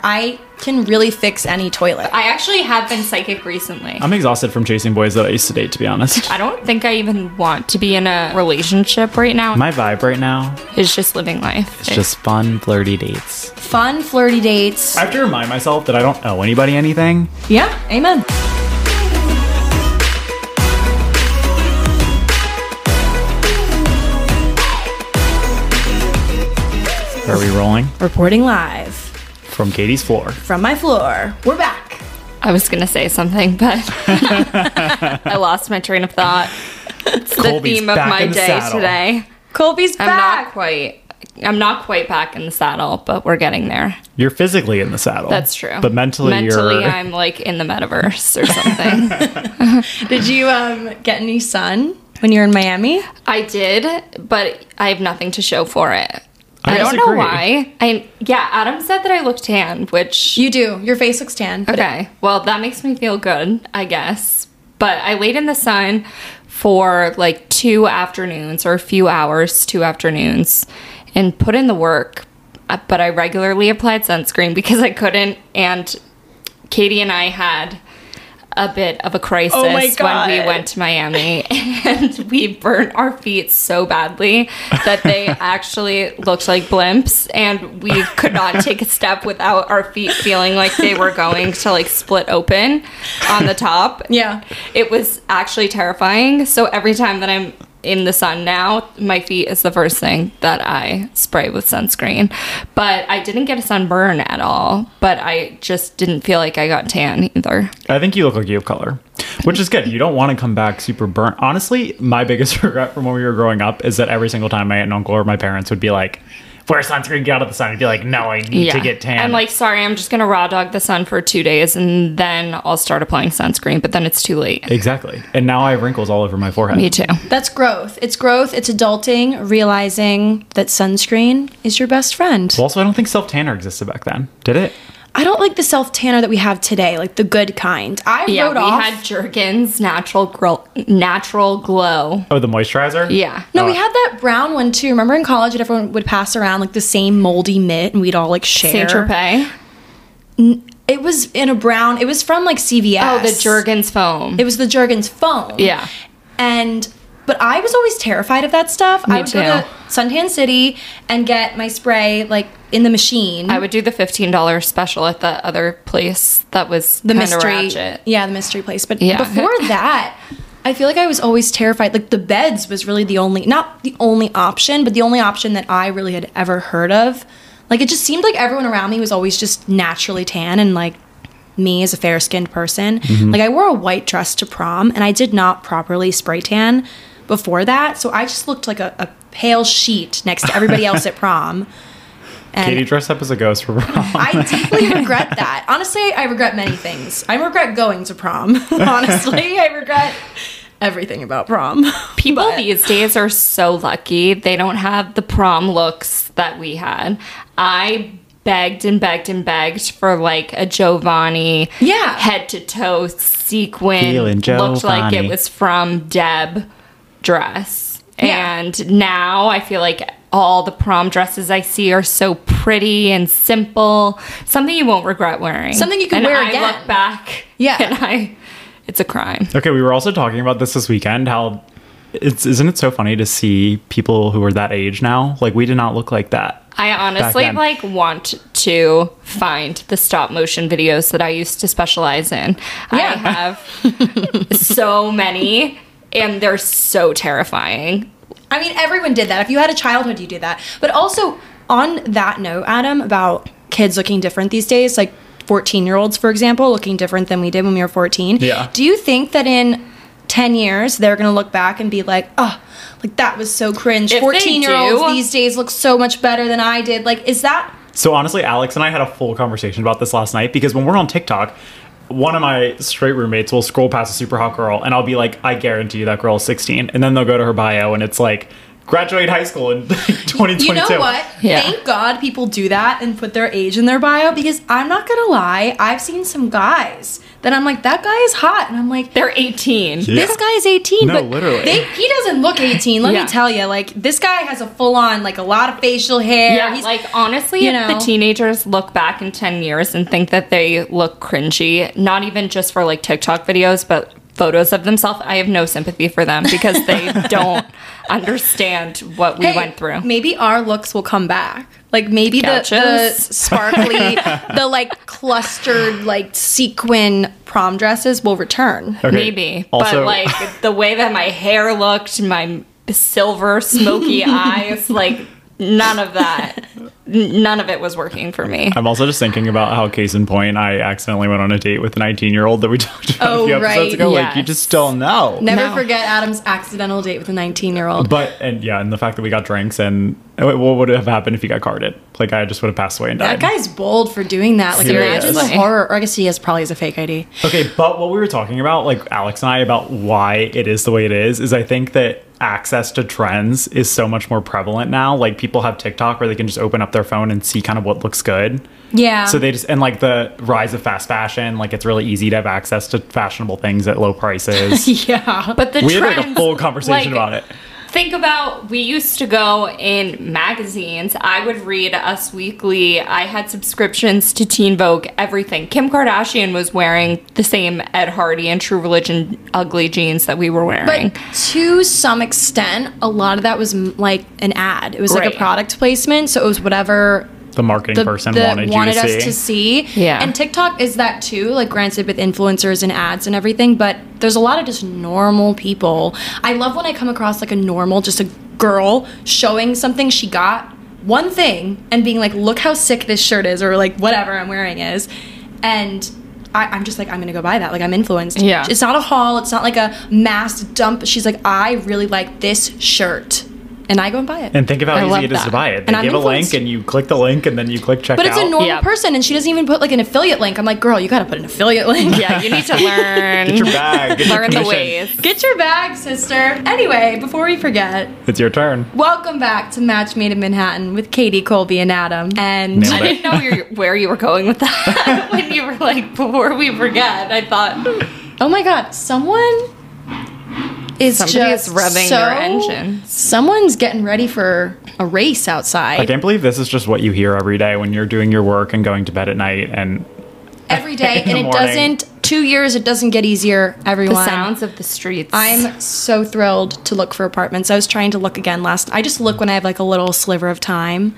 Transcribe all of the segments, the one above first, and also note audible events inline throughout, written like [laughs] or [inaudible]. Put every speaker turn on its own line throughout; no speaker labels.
I can really fix any toilet.
I actually have been psychic recently.
I'm exhausted from chasing boys that I used to date, to be honest.
I don't think I even want to be in a relationship right now.
My vibe right now
It's just living life.
is just fun, flirty dates.
Fun flirty dates.
I have to remind myself that I don't owe anybody anything.
Yeah, amen.
Are we rolling?
Reporting live
From Katie's floor.
from my floor. We're back.
I was gonna say something,
[laughs]
but I lost my train of thought. It's the
Colby's
theme of
back
my
in the
day
saddle.
today.
Colby's
I'm
back.
not quite. I'm not quite back in the saddle, but we're getting there.
You're physically in the saddle.
That's true.
But mentally,
mentally,
you're.
I'm like in the metaverse or
[laughs]
something.
Did you um, get any sun when you were in Miami?
I did, but I have nothing to show for it.
I
I, don't know
disagree.
why. I yeah, Adam said that I look tan, which
You do. Your face looks tan. but
okay. well, that makes me feel good, I guess. But I laid in the sun for like two afternoons or a few hours, two afternoons, and put in the work. Uh, But I regularly applied sunscreen because I couldn't. And Katie and I had a bit of a crisis
Oh my
when we
God.
went to Miami [laughs] and we burnt our feet so badly that they actually looked like blimps and we could not take a step without our feet feeling like they were going to like split open on the top.
Yeah.
It was actually terrifying. So every time that I'm in the sun now, my feet is the first thing that I spray with sunscreen. But I didn't get a sunburn at all, but I just didn't feel like I got tan either.
I think you look like you have color, which is good. You don't want to come back super burnt. Honestly, my biggest [laughs] regret from when we were growing up is that every single time my aunt and uncle or my parents would be like, wear sunscreen, get out of the sun, and be like, no, I need to get tan.
I'm like, sorry, I'm just gonna raw dog the sun for two days and then I'll start applying sunscreen, but then it's too late.
exactly. And now I have wrinkles all over my forehead.
Me too.
That's growth. It's growth. It's adulting, realizing that sunscreen is your best friend.
Also, I don't think self tanner existed back then. Did it?
I don't like the self tanner that we have today, like the good kind. I
Yeah,
wrote
we
off.
had Jergens natural grow- natural glow.
Oh, the moisturizer?
Yeah.
no,
Oh,
we
I-
had that brown one too. Remember in college, that everyone would pass around like the same moldy mitt, and we'd all like share.
Saint Tropez.
It was in a brown. It was from like CVS.
Oh, the Jergens foam.
It was the Jergens foam.
Yeah.
And but I was always terrified of that stuff. I
Me
would go to
too.
Suntan City and get my spray like in the machine.
I would do the fifteen dollar special at the other place that was
the
kinda
mystery.
ratchet.
Yeah, the mystery place. But
Yeah. [laughs]
before that, I feel like I was always terrified. Like the beds was really the only not the only option, but the only option that I really had ever heard of. Like it just seemed like everyone around me was always just naturally tan and like me as a fair skinned person. Like I wore a white dress to prom and I did not properly spray tan before that. So I just looked like a, a pale sheet next to everybody else at prom. And
Katie dressed up as a ghost for [laughs] prom.
I deeply regret that. Honestly, I regret many things. I regret going to prom. [laughs] Honestly, I regret everything about prom. [laughs]
People
But-
these days are so lucky. They don't have the prom looks that we had. I begged and begged and begged for like a Giovanni
Yeah.
head to toe sequin
Feeling
looked like
Giovanni.
it was from Deb dress.
Yeah.
And now I feel like all the prom dresses I see are so pretty and simple. Something you won't regret wearing.
Something you could
And
wear
I
again.
look back.
Yeah.
[laughs] And I it's a crime.
okay, we were also talking about this this weekend how it's isn't it so funny to see people who are that age now? Like we did not look like that.
I honestly
then.
like want to find the stop motion videos that I used to specialize in.
Yeah. [laughs]
I have so many and they're so terrifying.
I mean, everyone did that. If you had a childhood, you did that. But also, on that note, Adam, about kids looking different these days, like 14 year olds, for example, looking different than we did when we were 14.
Yeah.
Do you think that in 10 years, they're going to look back and be like, oh, like that was so cringe?
If they
14 year olds
do-
these days look so much better than I did. Like, is that
So honestly, Alex and I had a full conversation about this last night because when we're on TikTok, one of my straight roommates will scroll past a super hot girl and I'll be like, I guarantee you that girl is 16. And then they'll go to her bio and it's like graduate high school in [laughs] 2022.
You know what?
Yeah.
Thank God people do that and put their age in their bio because I'm not gonna lie, I've seen some guys that I'm like, that guy is hot, and I'm like,
They're 18.
Yeah.
this guy is 18,
No,
but
literally.
they, he doesn't look 18. Let
Yeah.
me tell you, like this guy has a full on, like a lot of facial hair.
Yeah,
He's-
like honestly,
you
if
know.
the teenagers look back in 10 years and think that they look cringy, not even just for like TikTok videos, but photos of themselves, I have no sympathy for them because
[laughs]
they don't understand what we
Hey,
went through.
Maybe our looks will come back. Like maybe the, the
Couches. [laughs]
sparkly, the like clustered, like sequin prom dresses will return.
Maybe.
Also-
but like the way that my hair looked, my silver,
[laughs]
smoky eyes, like none of that, n- none of it was working for me.
I'm also just thinking about how, case in point, I accidentally went on a date with a 19 year old that we [laughs] talked about a
Oh,
few episodes
right,
ago. Like, you
yes.
just don't know.
Never
No.
forget Adam's accidental date with a 19 year old.
But and yeah, and the fact that we got drinks and oh, wait, what would have happened if he got carded? Like I just would have passed away and
That
died.
guy's bold for doing that. Like, imagine the
Seriously.
horror. Or I guess he has probably has a fake ID.
Okay, but what we were talking about, like Alex and I, about why it is the way it is, is I think that access to trends is so much more prevalent now. Like people have TikTok where they can just open up their phone and see kind of what looks good.
Yeah.
So they just and like the rise of fast fashion, like it's really easy to have access to fashionable things at low
[laughs]
prices.
yeah.
But the
we had like a
trends,
full
like,
conversation about it.
Think about we used to go in magazines. I would read Us Weekly. I had subscriptions to Teen Vogue, everything. Kim Kardashian was wearing the same Ed Hardy and True Religion ugly jeans that we were wearing.
But to some extent, a lot of that was m- like an ad. It was like
Right.
a product placement. So it was whatever
The marketing
the,
person
the-
wanted, you to
us
see.
to see.
Yeah.
And TikTok is that too, like granted with influencers and ads and everything, but there's a lot of just normal people. I love when I come across like a normal, just a girl showing something she got, one thing, and being like, look how sick this shirt is, or like whatever I'm wearing is. And I, I'm just like, I'm gonna go buy that. Like I'm influenced.
Yeah.
It's not a haul, it's not like a mass dump. She's like, I really like this shirt. And I go and buy it.
and think of how
I love
easy it is to
that.
buy it. They
And I'm
give a link
influenced.
and you click the link and then you click check
But it's a
out.
normal
Yeah.
person, and she doesn't even put like an affiliate link. I'm like, girl, you gotta put an affiliate link.
yeah, you need
[laughs]
to learn.
Get your
[laughs]
bag. Get your
learn the
commission.
ways.
Get your bag, sister. Anyway, before we forget,
It's your turn.
welcome back to Match Made in Manhattan with Katie Colby and Adam. And
Nailed
I didn't know where you, where you were going with that [laughs] when you were like, before we forget. I thought
oh my god, someone is
Somebody is
just
revving
so-
their engine.
Someone's getting ready for a race outside.
I can't believe this is just what you hear every day when you're doing your work and going to bed at night. And
Every day,
[laughs] In the
and it
morning.
doesn't. Two years, it doesn't get easier. Everyone.
the sounds of the streets.
I'm so thrilled to look for apartments. I was trying to look again last. I just look when I have like a little sliver of time.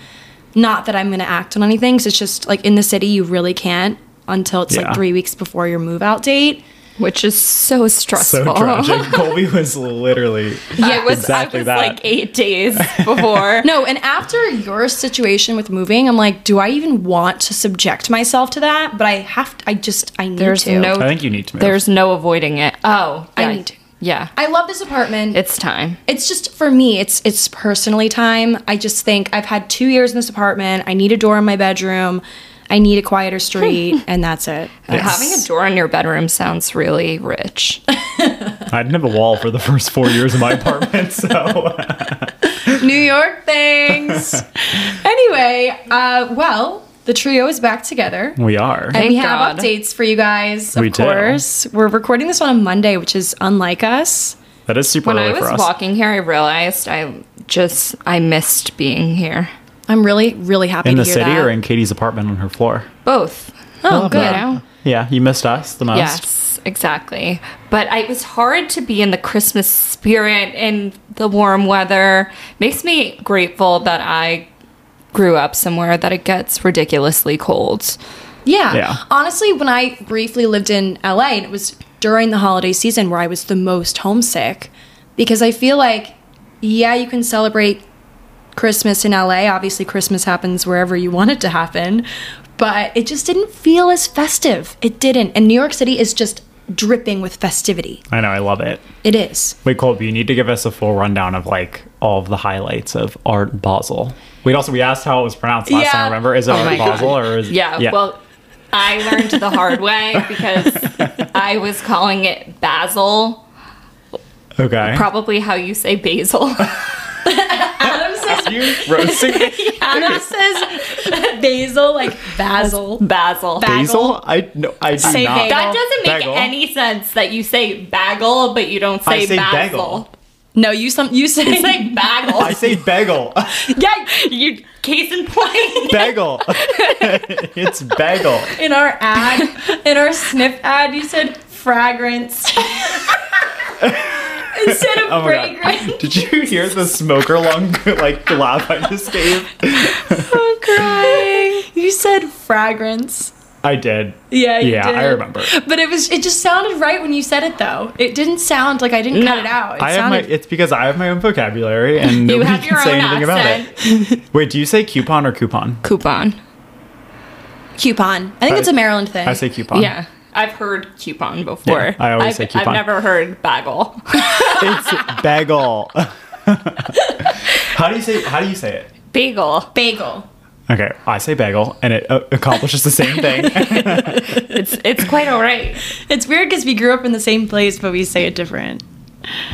Not that I'm going to act on anything. 'cause it's just like in the city, you really can't until it's
Yeah.
like three weeks before your move out date.
which is so
so
stressful.
tragic. Colby was literally.
Yeah, [laughs] I was, I
exactly
was
that.
like eight days
[laughs]
before.
No, and after your situation with moving, I'm like, do I even want to subject myself to that? But I have. To, I just. I need
[laughs] There's
to.
no.
I think you need to move.
There's no avoiding it. Oh,
I
yeah.
need to.
Yeah,
I love this apartment.
it's time.
it's just for me it's it's personally time i just think i've had two years in this apartment i need a door in my bedroom i need a quieter [laughs] street and that's it
Having a door in your bedroom sounds really rich.
I didn't have a wall for the first four years of my apartment, so
new york things [laughs] anyway uh, well the trio is back together
we are.
and we
Thank
have
God.
updates for you guys of
We do.
course we're recording this on a monday which is unlike us
That is super
When I
early
was
for us.
walking here, I realized I just I missed being here.
i'm really really happy
in
to
the
hear
city
that
or in Katie's apartment on her floor.
Both.
oh
You
good
know?
Yeah, you missed us the most.
Yes, exactly. But I, it was hard to be in the Christmas spirit and the warm weather. Makes me grateful that I grew up somewhere that it gets ridiculously cold.
Yeah.
Yeah.
Honestly, when I briefly lived in LA, and it was during the holiday season where I was the most homesick because I feel like, yeah, you can celebrate Christmas in LA. Obviously, Christmas happens wherever you want it to happen, but it just didn't feel as festive. It didn't. And New York City is just dripping with festivity.
I know, I love it.
It is.
Wait, Colby, you need to give us a full rundown of like all of the highlights of Art Basel. Wait, also we asked how it was pronounced last
Yeah.
time. Remember, is it Art Basel or is
Yeah, well, I learned the hard [laughs] way because I was calling it basil,
okay?
[laughs] probably how you say basil.
you roasting
Anna says [laughs] basil, like basil.
Basil.
Ba-
basil? I no, I do
Say
not.
bagel.
that doesn't make
Bagel.
any sense that you say bagel, but you don't say,
I say
basil.
No, you some you say
It's like bagel.
I say bagel,
[laughs]
[laughs]
yeah.
you case in point.
bagel. [laughs] it's bagel.
In our ad, in our sniff ad, you said fragrance instead of
Oh my
fragrance. [laughs]
god! Did you hear the smoker lung [laughs] like laugh I just gave?
I'm crying. You said fragrance.
I did.
Yeah, you
Yeah, I
did.
remember.
But it was it just sounded right when you said it though. It didn't sound like I didn't cut
No.
it out. It
I have my.
sounded
It's because I have my own vocabulary and
You
nobody
have
can
your
say
own
anything
accent.
about it. Wait, do you say coupon or coupon?
Coupon.
coupon. I think
I-
it's a Maryland thing.
I say coupon.
Yeah. I've heard coupon before.
I always
I've,
say coupon.
I've never heard bagel.
it's bagel. how do you say? How do you say it?
[laughs] Bagel.
bagel.
Okay, I say bagel, and it uh, accomplishes the same [laughs] thing.
It's it's quite all right.
It's weird because we grew up in the same place, but we say it different.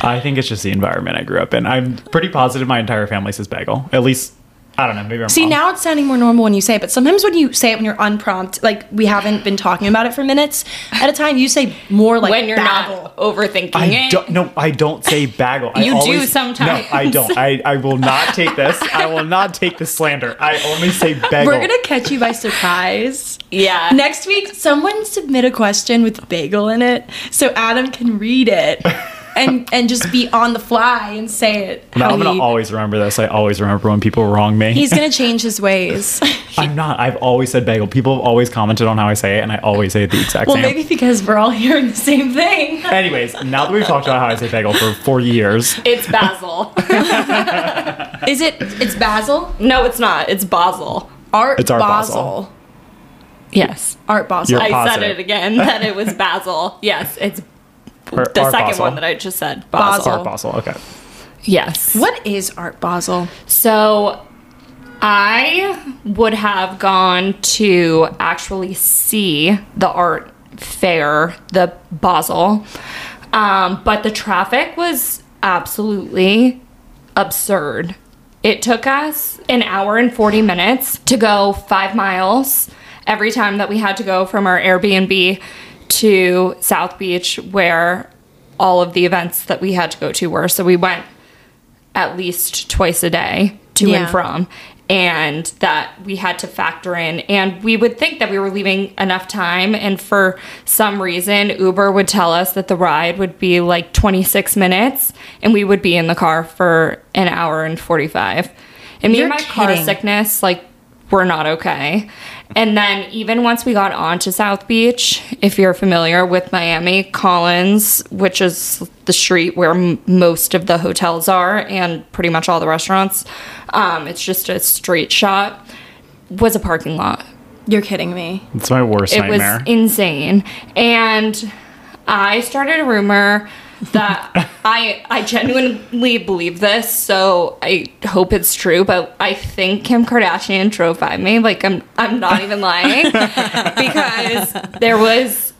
I think it's just the environment I grew up in. I'm pretty positive my entire family says bagel. At least I don't know. Maybe I'm
See,
wrong.
now it's sounding more normal when you say it, but sometimes when you say it when you're unprompted, like we haven't been talking about it for minutes at a time, you say more like
when you're
bagel.
not overthinking
I
it.
don't. No, I don't say bagel. I
You do
always-
sometimes.
No, I don't. I, I will not take this. I will not take the slander. I only say bagel.
We're gonna catch you by surprise.
yeah.
Next week, someone submit a question with bagel in it so Adam can read
[laughs]
it and and just be on the fly and say it.
No,
how
I'm gonna
he-
always remember this. I always remember when people wrong me.
He's gonna change his ways.
[laughs] I'm not. I've always said bagel. People have always commented on how I say it, and I always say it the exact
well,
same.
maybe because we're all hearing the same thing.
Anyways, now that we've talked about how I say bagel for 40 years,
It's basil. [laughs]
Is it? It's Basil.
no, it's not. It's basil.
Art.
It's Art Basel.
Basel.
Yes.
Art Basel.
You're
I said
Positive.
it again that it was basil. Yes, it's
or,
the
or
second
Basel.
one that I just said. Basil.
Or Basel. Okay.
Yes.
What is Art Basel?
So I would have gone to actually see the art fair, the Basel, um, but the traffic was absolutely absurd. It took us an hour and 40 minutes to go five miles every time that we had to go from our Airbnb to South Beach, where all of the events that we had to go to were. So we went at least twice a day to
Yeah.
and from and that we had to factor in and we would think that we were leaving enough time and for some reason uber would tell us that the ride would be like 26 minutes and we would be in the car for an hour and 45 and me
You're
and my car
kidding.
sickness like we're not okay and then even once we got on to south beach if you're familiar with miami collins which is the street where m- most of the hotels are and pretty much all the restaurants um, it's just a straight shot was a parking lot
You're kidding me.
It's my worst
it
nightmare.
was insane and i started a rumor
[laughs]
that i i genuinely believe this so i hope it's true but i think kim kardashian drove by me like i'm i'm not even
[laughs]
lying because there was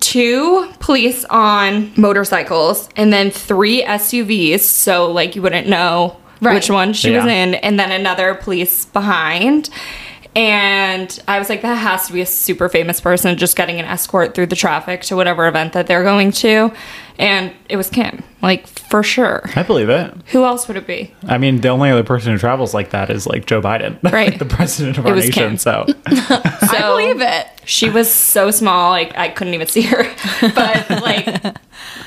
two police on motorcycles and then three SUVs, so like you wouldn't know
Right.
which one she was
Yeah.
in, and then another police behind. And I was like, that has to be a super famous person just getting an escort through the traffic to whatever event that they're going to. And it was Kim, like for sure.
I believe it.
Who else would it be?
I mean, the only other person who travels like that is like Joe Biden, [laughs] Like,
Right.
the president of
It
our
was
nation.
Kim. [laughs]
So
I
So-
believe it.
She was so small, like I couldn't even [laughs] see her. But
[laughs]
like,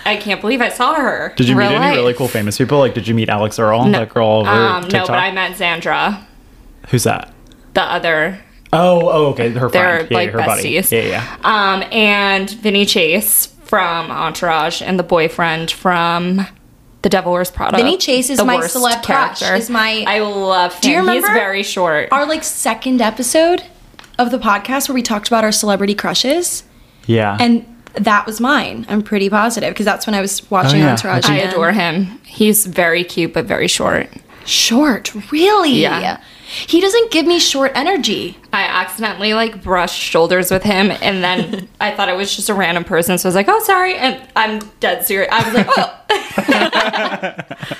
I can't believe I saw her.
Did you
in
meet
real
any really
life.
cool famous people? Like, did you meet Alex Earl, that girl over
Um,
TikTok?
no, but I met Zandra,
Who's that?
the other,
Oh, oh, okay, her
They're,
friend, yeah,
like,
her
besties.
buddy, yeah, yeah.
um, and Vinny Chase from Entourage, and the boyfriend from The Devil Wears Prada.
Vinny Chase is
The
my
worst
celeb crush, is my-
I love. Him.
Do you
He's
remember?
very short.
Our like second episode of the podcast where we talked about our celebrity crushes,
yeah.
and that was mine. I'm pretty positive because that's when I was watching
Oh, yeah.
Entourage.
I
again.
adore him. He's very cute but very short.
Short, really?
Yeah.
He doesn't give me short energy.
I accidentally like brushed shoulders with him, and
[laughs]
then I thought it was just a random person, so I was like, "Oh, sorry," and I'm dead serious. I was like, "Oh."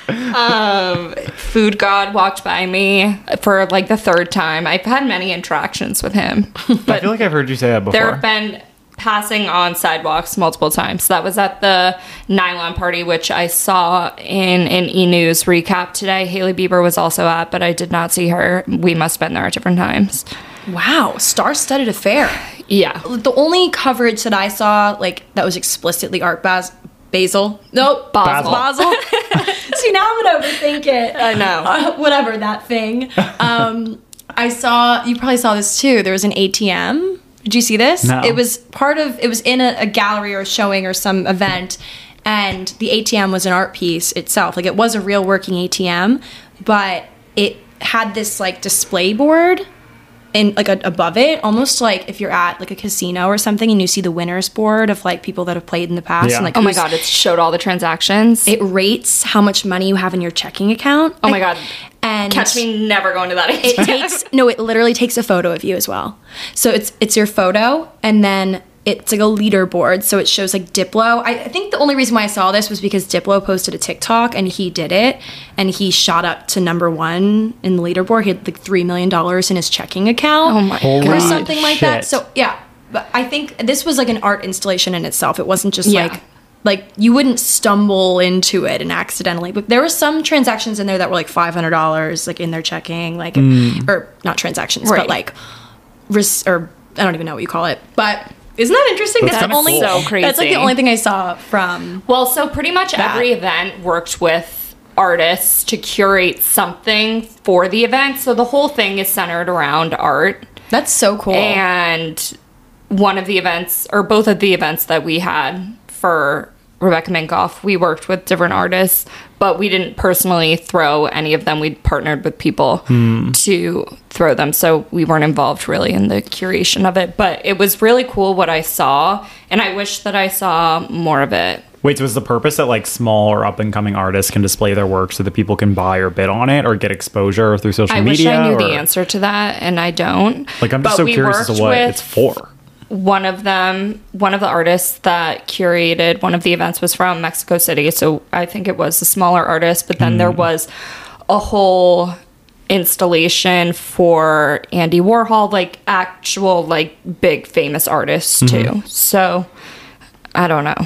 [laughs]
um, food god walked by me for like the third time. I've had many interactions with
[laughs]
him,
I feel like I've heard you say that before.
there have been passing on sidewalks multiple times. That was at the nylon party, which I saw in an E News recap today. Haley Bieber was also at, but I did not see her. We must have been there at different times.
Wow, star-studded affair.
Yeah.
The only coverage that I saw, like that was explicitly Art Bas- Basil. Nope,
Basil.
Basil. [laughs] See, now I'm gonna overthink
[laughs]
it.
I know.
Uh, [laughs] whatever that
[laughs]
thing. Um, I saw you probably saw this too. There was an ATM. Did you see this?
No.
It was part of. It was in a, a gallery or showing or some event, and the ATM was an art piece itself. Like it was a real working ATM, but it had this like display board and like a, above it almost like if you're at like a casino or something and you see the winners board of like people that have played in the past
Yeah.
and like
Oh my
who's-
god, it showed all the transactions.
it rates how much money you have in your checking account
Oh my God.
and
Catch me never going to that.
it
[laughs]
takes no it literally takes a photo of you as well so it's it's your photo and then it's like a leaderboard so it shows like diplo I, I think the only reason why i saw this was because diplo posted a tiktok and he did it and he shot up to number one in the leaderboard he had like three million dollars in his checking account
Oh my
Holy
or
god.
something like that
shit.
so yeah but i think this was like an art installation in itself it wasn't just
Yeah.
like like you wouldn't stumble into it and accidentally but there were some transactions in there that were like $500 like in their checking like
Mm.
or not transactions
Right.
but like res- or i don't even know what you call it but isn't that interesting
That's
the
kinda
only
cool.
So
that's like
crazy.
the only thing i saw from
Well, so pretty much every event worked with artists to curate something for the event. So the whole thing is centered around art.
that's so cool
And one of the events, or both of the events that we had for Rebecca Minkoff, we worked with different artists, but we didn't personally throw any of them. We partnered with people
Hmm.
to throw them. So we weren't involved really in the curation of it. But it was really cool what I saw. And I wish that I saw more of it.
Wait, so is the purpose that like small or up and coming artists can display their work so that people can buy or bid on it or get exposure through social
I
media?
wish I knew
or-
the answer to that, and I don't.
Like I'm just
But
so
we
curious as to
worked
what
with
it's for.
One of them, one of the artists that curated one of the events was from Mexico City, so I think it was a smaller artist. But then there
Hmm.
was a whole installation for Andy Warhol, like actual like big famous artists
Mm-hmm.
too. So I don't know.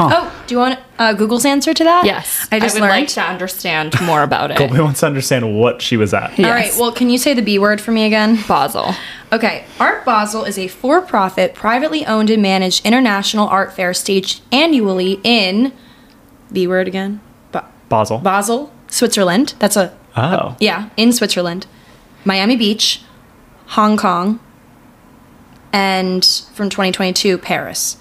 oh do you want uh, google's answer to that
Yes,
i just
would
learned
like to understand more about it.
Colby wants to understand what she was at.
all right
Yes.
well can you say the b word for me again
Basel.
Okay, Art Basel is a for profit, privately owned and managed international art fair staged annually in, B word again, ba-
Basel.
Basel, Switzerland. That's a,
oh.
yeah, in Switzerland, Miami Beach, Hong Kong, and from 2022, Paris.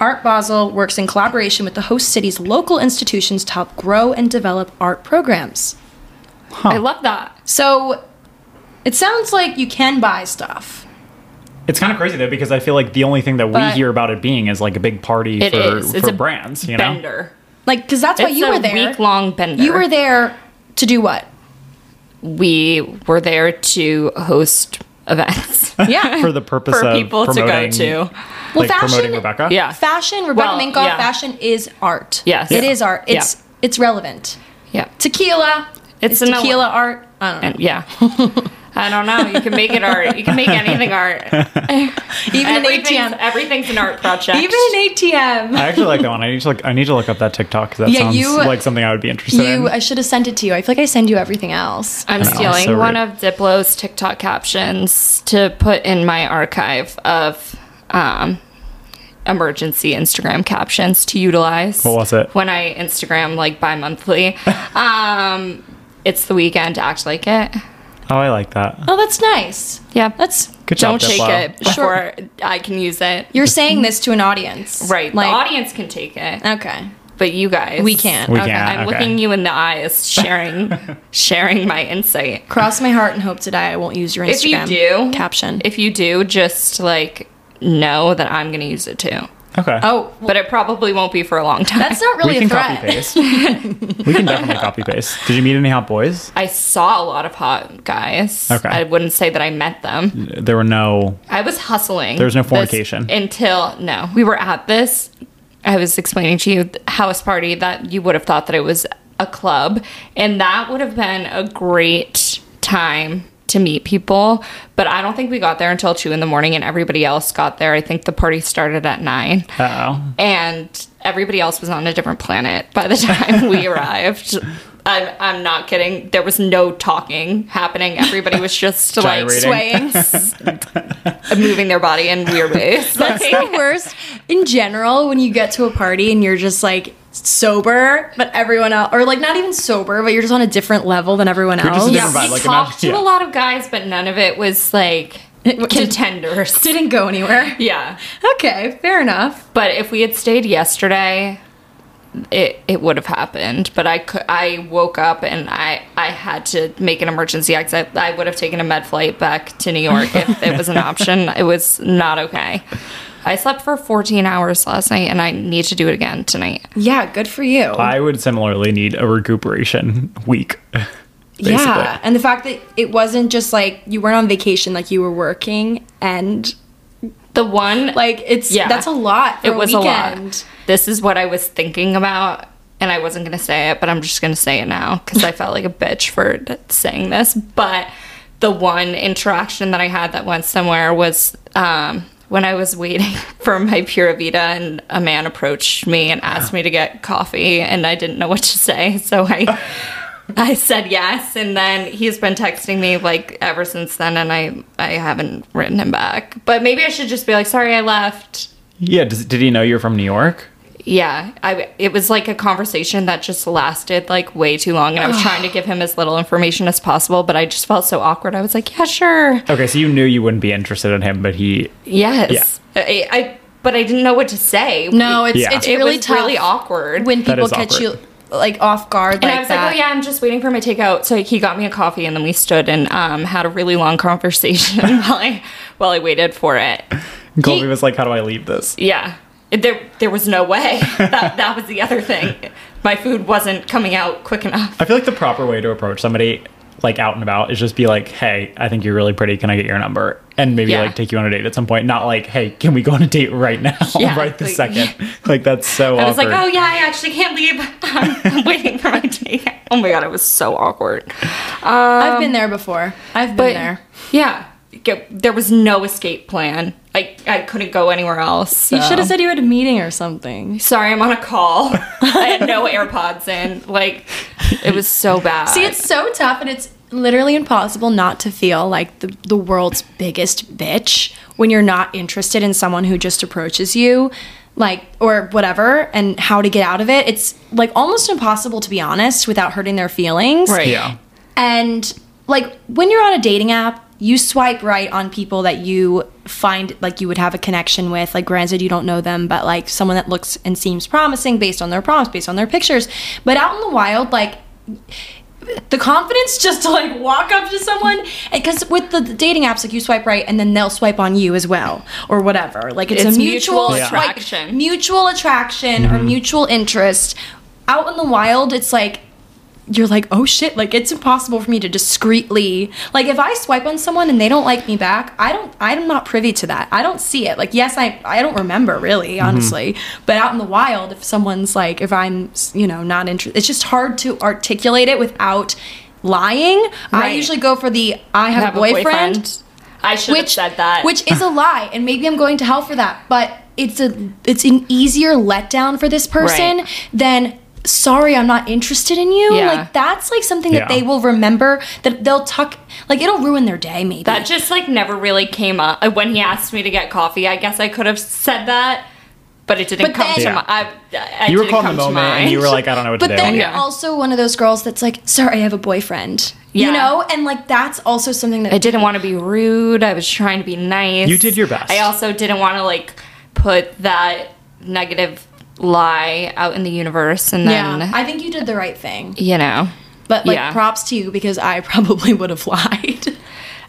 Art Basel works in collaboration with the host city's local institutions to help grow and develop art programs.
I love that.
So it sounds like you can buy stuff.
It's kind of crazy though because I feel like the only thing that we
But-
hear about it being is like a big party
It
for,
is.
for
It's a
brands, you know?
Bender.
Like, because that's why
It's
you
a
were there.
week-long bender.
You were there to do what?
we were there to host events
Yeah.
[laughs] For the
[laughs]
purpose
for
of
people to go
promoting,
to.
Well,
like, promoting Rebecca.
Yeah.
Fashion, Rebecca
Well,
Minkoff,
yeah.
fashion is art.
Yes.
it is
Yeah.
art. It's it's relevant.
Yeah.
Tequila.
It's
is
an
tequila
ele-
art. I don't know.
And
[laughs]
yeah. I don't know. You can make it art. You can make anything
[laughs]
art.
Even an
Everything's-
ATM.
Everything's an art project.
Even an ATM.
I actually like that one. I need to like I need to look up that TikTok because that
Yeah,
sounds
you-
like something I would be interested
You,
in.
I should have sent it to you. I feel like I send you everything else.
I'm
know,
stealing
so
one
rude.
of Diplo's TikTok captions to put in my archive of um, emergency Instagram captions to utilize.
What was it?
When I Instagram like bi
[laughs]
monthly. um, it's the weekend, act like it.
Oh, I like that.
Oh, that's nice.
Yeah.
That's
Good job,
Don't shake
Diplo.
it before I can use it.
you're saying this to an audience,
Right.
Like,
the audience can take it,
okay.
but you guys.
We can't.
We
okay.
can't,
I'm
okay.
looking you in the eyes, sharing
[laughs]
sharing my insight.
Cross my heart and hope to die. I won't use your
If you
Instagram
do,
caption.
If you do, just like know that I'm going to use it too.
Okay.
Oh,
but it probably won't be for a long time.
that's not really
we can
a threat. [laughs]
copy paste. we can definitely copy paste. Did you meet any hot boys?
I saw a lot of hot guys.
Okay.
I wouldn't say that I met them.
There were no.
I was hustling.
There was no
this
fornication.
until no. We were at this I was explaining to you the house party that you would have thought that it was a club and that would have been a great time to meet people, but I don't think we got there until 2 in the morning and everybody else got there. I think the party started at 9
Uh oh.
and everybody else was on a different planet by the [laughs] time we arrived. I'm, I'm not kidding. There was no talking happening. Everybody was just like
Gyrating.
swaying, s- moving their body in
[laughs]
weird ways.
That's the worst in general when you get to a party and you're just like sober, but everyone else, or like not even sober, but you're just on a different level than everyone
just
else.
a
yeah,
different vibe,
we
like,
talked
imagine-
to a
yeah.
lot of guys, but none of it was like
[laughs]
contenders.
Didn't go anywhere.
yeah,
Okay, fair enough.
but if we had stayed yesterday, it it would have happened. But I cou- I woke up and I I had to make an emergency exit. I would have taken a med flight back to New York if it
[laughs]
was an option. It was not okay. I slept for 14 hours last night, and I need to do it again tonight.
Yeah, good for you.
I would similarly need a recuperation week. basically.
yeah, and the fact that it wasn't just like you weren't on vacation, like you were working, and
The one
like it's
Yeah.
that's a lot. For
it was
weekend.
a lot. This is what I was thinking about, and I wasn't gonna say it, but I'm just gonna say it now because I felt like a bitch for d- saying this. But the one interaction that I had that went somewhere was um, when I was waiting [laughs] for my Pura Vida, and a man approached me and asked me to get coffee, and I didn't know what to say, [laughs] so I. I said yes, and then he's been texting me like ever since then, and I I haven't written him back. But maybe I should just be like, sorry, I left.
Yeah. Does, did he know you're from New York?
Yeah, I it was like a conversation that just lasted like way too long,
[sighs]
and I was trying to give him as little information as possible, but I just felt so awkward. I was like, "Yeah, sure,
Okay, so you knew you wouldn't be interested in him, but he.
yes." I, I but I didn't know what to say.
No, it's
Yeah.
it's
it
really
was
tough
really awkward.
when
That
people
is
catch
awkward.
you like off guard.
and
like
I was
that.
like, "Oh yeah, I'm just waiting for my takeout." So he got me a coffee, and then we stood and um, had a really long [laughs] conversation while I while I waited for it.
Colby
He-
was like, "How do I leave this?"
Yeah. There, there was no way. [laughs] That, that was the other thing. My food wasn't coming out quick enough.
I feel like the proper way to approach somebody like out and about is just be like, "Hey, I think you're really pretty. Can I get your number?" And maybe
Yeah.
like take you on a date at some point. Not like, "Hey, can we go on a date right now, [laughs]
Yeah,
right this
like-
second? Like that's so.
I was like,
awkward.
oh yeah, I actually can't leave. [laughs] I'm waiting for my date. Oh my god, it was so awkward.
I've been there before. I've been
But
there.
yeah, Get- there was no escape plan. I I couldn't go anywhere else.
You should have
so.
said you had a meeting or something.
Sorry, I'm on a [laughs] call. I had no AirPods in. Like, it was so bad.
See, it's so tough, and it's literally impossible not to feel like the, the world's biggest bitch when you're not interested in someone who just approaches you, like, or whatever, and how to get out of it. It's like almost impossible to be honest without hurting their feelings.
Right.
yeah.
And like when you're on a dating app, you swipe right on people that you find like you would have a connection with. Like granted you don't know them, but like someone that looks and seems promising based on their prompts, based on their pictures. But out in the wild, like the confidence just to like walk up to someone because with the dating apps like you swipe right and then they'll swipe on you as well or whatever like it's,
It's
a mutual,
mutual
like,
attraction.
mutual attraction or mutual interest out in the wild it's like you're like, oh shit, like it's impossible for me to discreetly like if I swipe on someone and they don't like me back, I don't I'm not privy to that. I don't see it. Like yes, I I don't remember really, honestly. But out in the wild, if someone's like if I'm, you know, not interested, it's just hard to articulate it without lying. I
Right.
usually go for the I have, a boyfriend
I should have said that.
which is a lie, and maybe I'm going to hell for that. But it's a it's an easier letdown for this person
Right.
than sorry I'm not interested in you.
Yeah.
Like that's like something that
Yeah.
they will remember that they'll tuck like it'll ruin their day maybe.
That just like never really came up. Uh, When he asked me to get coffee, I guess I could have said that, but it didn't
But
come
then-
to my. I, I
You were
didn't
caught
come
in the
to
moment,
mind.
and you were like, "I don't know what
but
to do."
then
Yeah.
you're also one of those girls that's like, sorry, I have a boyfriend.
Yeah.
You know? And like that's also something that
I didn't want to be rude. I was trying to be nice.
You did your best.
I also didn't want to like put that negative lie out in the universe, and then
Yeah. I think you did the right thing.
you know.
But like [laughs]
Yeah.
props to you because I probably would have lied.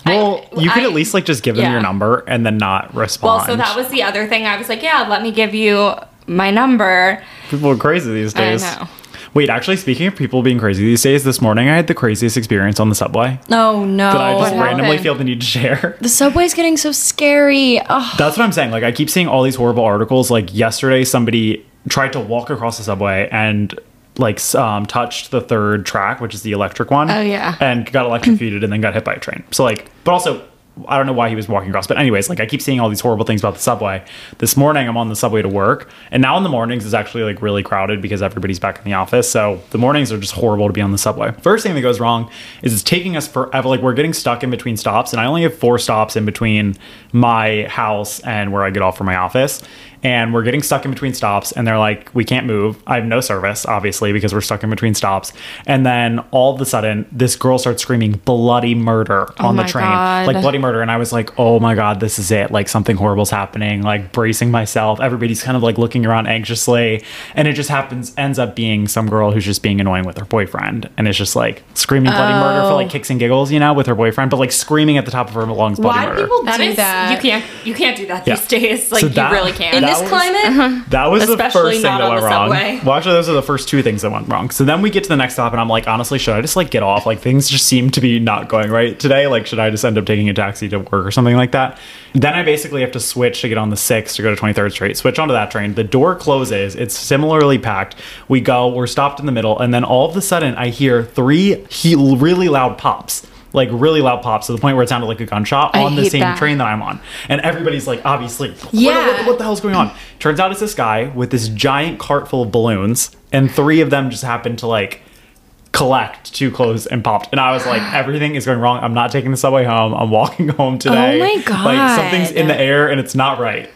Well,
I-
you could
I-
at least like just give them
yeah.
your number and then not respond.
Well, so that was the other thing. I was like, yeah, let me give you my number.
people are crazy these
I
days.
know.
Wait, actually, speaking of people being crazy these days, this morning I had the craziest experience on the subway
Oh no.
that I just
What
randomly
happened?
feel the need to share. [laughs]
the subway's getting so scary. Ugh.
That's what I'm saying. Like, I keep seeing all these horrible articles. Like, yesterday, somebody tried to walk across the subway and, like, s- um, touched the third track, which is the electric one.
Oh, yeah.
And got electrocuted and then got hit by a train. So, like, but also, I don't know why he was walking across. But, anyways, like, I keep seeing all these horrible things about the subway. This morning, I'm on the subway to work. And now in the mornings, it's actually, like, really crowded because everybody's back in the office. So, the mornings are just horrible to be on the subway. First thing that goes wrong is it's taking us forever. Like, we're getting stuck in between stops. And I only have four stops in between my house and where I get off from my office. And we're getting stuck in between stops, and they're like, we can't move. I have no service, obviously, because we're stuck in between stops. And then all of a sudden, this girl starts screaming bloody murder
Oh
on the
my
train.
God.
Like bloody murder. And I was like, oh my God, this is it. Like something horrible's happening. Like bracing myself. Everybody's kind of like looking around anxiously. And it just happens, ends up being some girl who's just being annoying with her boyfriend. And it's just like screaming bloody murder
Oh.
for like kicks and giggles, you know, with her boyfriend, but like screaming at the top of her lungs bloody
Why do
murder.
people do that?
You can't. You can't do that
Yeah.
these days. Like
So
you
that-
really can't.
in
That
this
was-
climate.
Uh-huh.
That was the
Especially
first thing
not
that
on
went
the
wrong.
subway.
Well, actually, those are the first two things that went wrong. So then we get to the next stop, and I'm like, honestly, should I just like get off? Like things just seem to be not going right today. Like, should I just end up taking a taxi to work or something like that? Then I basically have to switch to get on the six to go to 23rd Street. Switch onto that train. The door closes. It's similarly packed. We go. We're stopped in the middle, and then all of a sudden, I hear three he- really loud pops. Like really loud pops to the point where it sounded like a gunshot
I
on the
hate
same
that.
train that I'm on, and everybody's like, obviously, what the-
Yeah.
what the- what the hell's going on? Turns out it's this guy with this giant cart full of balloons, and three of them just happened to like collect two clothes and popped. And I was like, everything is going wrong. I'm not taking the subway home. I'm walking [laughs] home today.
Oh my
Like something's in the
God.
air and it's not right.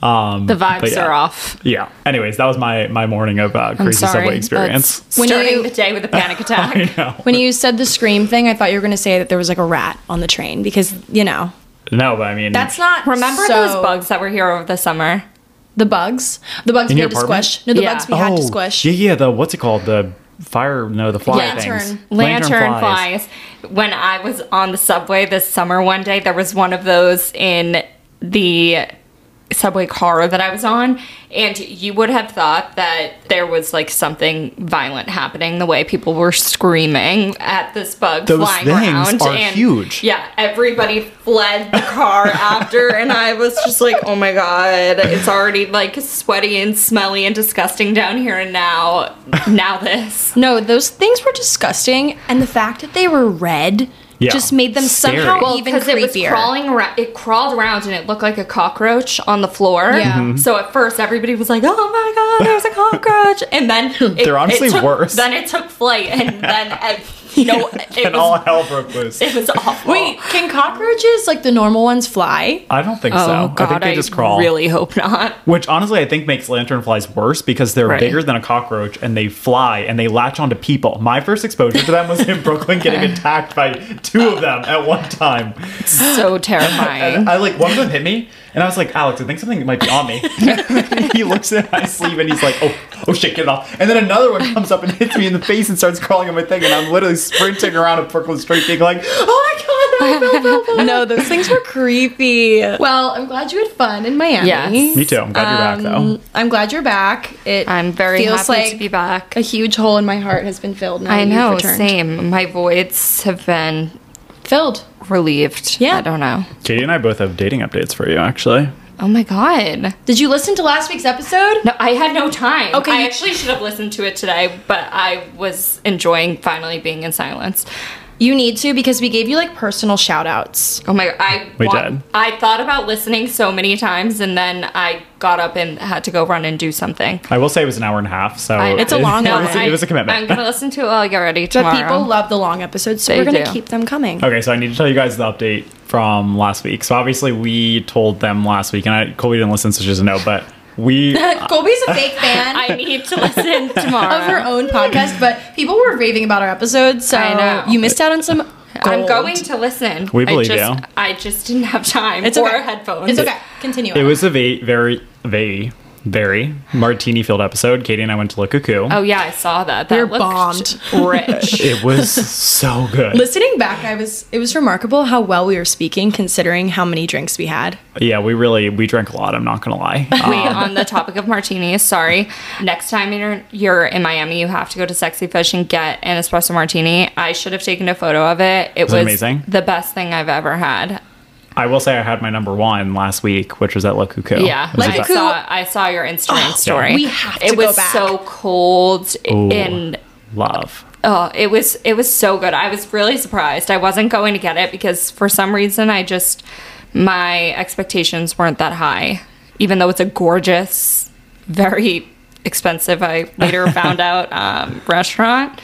Um,
the vibes
But yeah.
are off.
Yeah. Anyways, that was my my morning of uh, crazy
sorry,
subway
that's-
experience.
When
Starting
you-
the day with a [laughs] panic attack.
I know.
When you said the scream thing, I thought you were going to say that there was like a rat on the train because you know
No, but I mean,
that's not.
Remember
so-
those bugs that were here over the summer?
The bugs. The bugs
In
we
your
had to
apartment? Oh,
squash. No, the
Yeah.
bugs we had to squish.
Yeah, yeah. The what's it called? The fire? No, the fly
Lantern.
things.
Lantern,
flies.
flies. When I was on the subway this summer one day, there was one of those in the subway car that I was on, and you would have thought that there was like something violent happening the way people were screaming at this bug
Those
flying
things
around.
are
and
huge.
Yeah, everybody fled the
[laughs]
car after, and I was just like, oh my god, it's already like sweaty and smelly and disgusting down here, and now, now this.
No, those things were disgusting, and the fact that they were red
Yeah.
just made them
Scary.
somehow
Well,
even
because it was
creepier.
crawling around. It crawled around and it looked like a cockroach on the floor.
Yeah.
Mm-hmm.
Mhm.
So at first everybody was like, "Oh my god, there's a cockroach!" And then it,
[laughs] They're honestly
it took-
worse.
Then it took flight,
[laughs]
and then ev- no, it
And
was
all hell broke loose. [laughs]
it was awful.
Wait, can cockroaches like the normal ones
[laughs]
fly?
I don't think
Oh
so.
god,
I think they just crawl.
really hope not.
Which honestly, I think makes lanternflies worse because they're
Right.
bigger than a cockroach and they fly and they latch onto people. My first exposure to them was [laughs] in Brooklyn getting attacked by two of them at one time. [laughs]
So terrifying.
And I like one of them hit me and I was like, Alex, I think something might be on [laughs] me. he looks at my sleeve and he's like, oh, oh shit, get it off. And then another one comes up and hits me in the face and starts crawling on my thing. And I'm literally sprinting around a Brooklyn street being like, oh my god, no, no,
[laughs]
no, no.
no, those things were creepy. Well, I'm glad you had fun in Miami.
Yes.
Me too. I'm glad you're back though.
Um, I'm glad you're back. It
I'm very
feels
happy
like
to be back.
a huge hole in my heart has been filled. Now
I
you've
know.
returned.
Same. My voids have been
Filled.
relieved.
Yeah.
I don't know.
Katie and I both have dating updates for you, actually.
Oh my god.
Did you listen to last week's episode?
No, I had no time.
Okay,
I
you-
actually should have listened to it today, but I was enjoying finally being in silence.
You need to because we gave you like personal shout outs.
Oh my! I
We
wa-
did.
I thought about listening so many times, and then I got up and had to go run and do something.
I will say it was an hour and a half, so
I-
It's a long
[laughs] it,
one.
was, Oh, it was a
I'm
commitment.
gonna listen to it. I'll get ready
But
tomorrow.
people love [laughs] the long episodes, so
They
we're going to
do.
keep them coming.
[laughs] Okay, so I need to tell you guys the update from last week. So obviously we told them last week, and I, Colby didn't listen, so she doesn't know. But we,
Colby's a
[laughs]
fake fan
I need to listen
[laughs]
tomorrow.
of her own podcast, but people were raving about our episodes, so
I know.
you missed out on some.
I'm
gold.
going to listen.
We believe
I just,
you.
I just didn't have time
It's
or
okay.
headphones.
It's okay. Continue.
it was a va- very, very, very martini filled episode. Katie and I went to La Cuckoo.
Oh yeah, I saw that. That
You're
looked
bombed.
Rich.
It was so good.
Listening back, I was it was remarkable how well we were speaking considering how many drinks we had.
Yeah, we really we drank a lot. I'm not gonna lie. Uh,
Wait, on the topic of martinis, sorry. Next time you're, you're in Miami, you have to go to Sexy Fish and get an espresso martini. I should have taken a photo of it. It was,
it amazing?
the best thing I've ever had.
I will say I had my number one last week, which was at La Cuckoo.
Yeah,
It Oh, was
Like
I
exact-
Cuckoo-
saw, I saw your Instagram story.
we have to
It
go
was
back.
so cold,
Ooh,
and
love.
oh, it was it was so good. I was really surprised. I wasn't going to get it because for some reason I just my expectations weren't that high, even though it's a gorgeous, very expensive. I
[laughs]
later found out um, restaurant,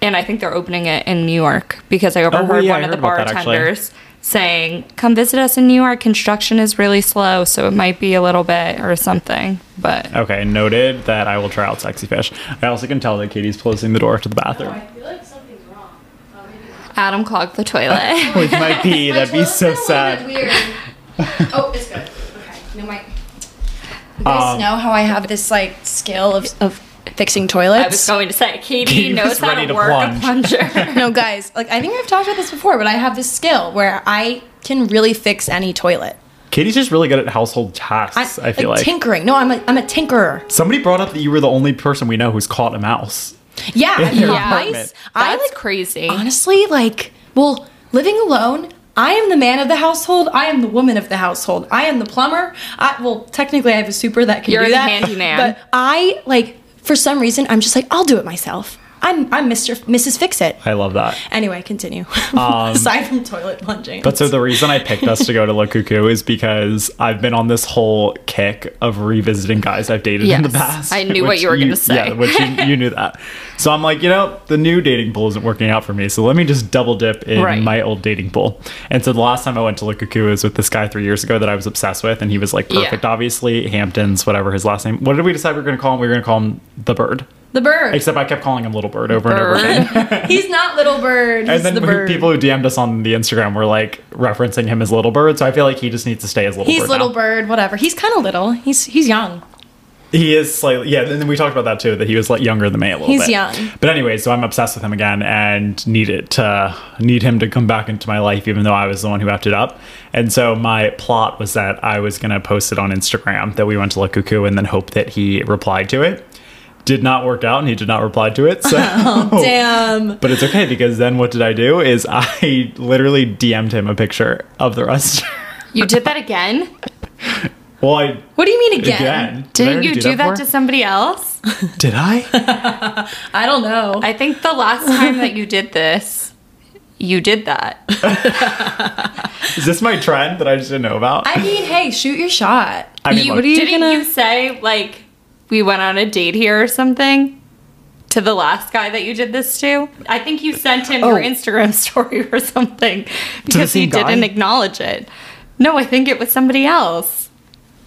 and I think they're opening it in New York because I
well,
overheard
Oh, yeah,
one
I
of the
heard about that, actually.
bartenders saying, "Come visit us in New York. Construction is really slow, so it might be a little bit or something." But
Okay, noted that I will try out Sexy Fish. I also can tell that Katie's closing the door to the bathroom,
Adam clogged the
[laughs]
toilet.
which might be that'd be so sad. [laughs]
oh, it's good. Okay. No, my. You guys
Um,
know Oh, how I have this like skill of of fixing toilets.
I was going to say, Katie
He was
knows how
ready
to
to
work a
[laughs]
plunge.
plunger.
no, guys, like I think I've talked about this before, but I have this skill where I can really fix any toilet.
Katie's just really good at household tasks. I, feel like.
tinkering. No, I'm a I'm a tinkerer.
Somebody brought up that you were the only person we know who's caught a mouse.
Yeah, I
your
mean,
apartment.
mice- I
That's
like
crazy.
honestly like well living alone i am the man of the household i am the woman of the household i am the plumber i well technically i have a super that can
You're
do
the
that
handyman.
but i like for some reason i'm just like i'll do it myself i'm i'm mr F- mrs fix it
I love that.
anyway continue [laughs] aside from toilet plunging
Um, But so the reason I picked us to go to La Cuckoo is because I've been on this whole kick of revisiting guys I've dated in the
Yes.
past.
I knew what
which
you were gonna say.
Yeah, which you, you knew that. So I'm like, you know, the new dating pool isn't working out for me. So let me just double dip in
Right.
my old dating pool. And so the last time I went to La Cuckoo was with this guy three years ago that I was obsessed with, and he was like
Yeah.
perfect, obviously Hamptons, whatever his last name. What did we decide we were gonna call him? We were gonna call him the Bird.
the bird
Except I kept calling him Little Bird over and over again
Bird.
he's not little bird he's
[laughs] and then
the
who-
bird
people who DM'd us on the Instagram were like referencing him as Little Bird, so I feel like he just needs to stay as Little
he's
Bird.
little
now.
bird whatever he's kind of little he's he's young
He is slightly, yeah. And then we talked about that too, that he was like younger than me a little
He's
bit.
young.
But anyway, so I'm obsessed with him again and need it to need him to come back into my life, even though I was the one who effed it up. And so my plot was that I was gonna post it on Instagram that we went to La Cuckoo and then hope that he replied to it. Did not work out, and he did not reply to it. So
[laughs] damn
But it's okay because then what did I do is [laughs] I literally DM'd him a picture of the restaurant.
you did that again?
[laughs] Well, I
what do you mean again,
again. I
Didn't
already
you do that, to
before?
somebody else?
Did I?
i don't know
I think the
[laughs]
last time that you did this, you did that.
Is this my trend that I just didn't know about?
I mean, hey, shoot your shot.
[laughs] I
you,
mean, look-
what are you
Didn't
gonna?
you say like we went on a date here or something? To the last guy that you did this to? I think you sent him your
Oh.
Instagram [laughs] story or something because he
same guy?
didn't acknowledge it. No, I think it was somebody else.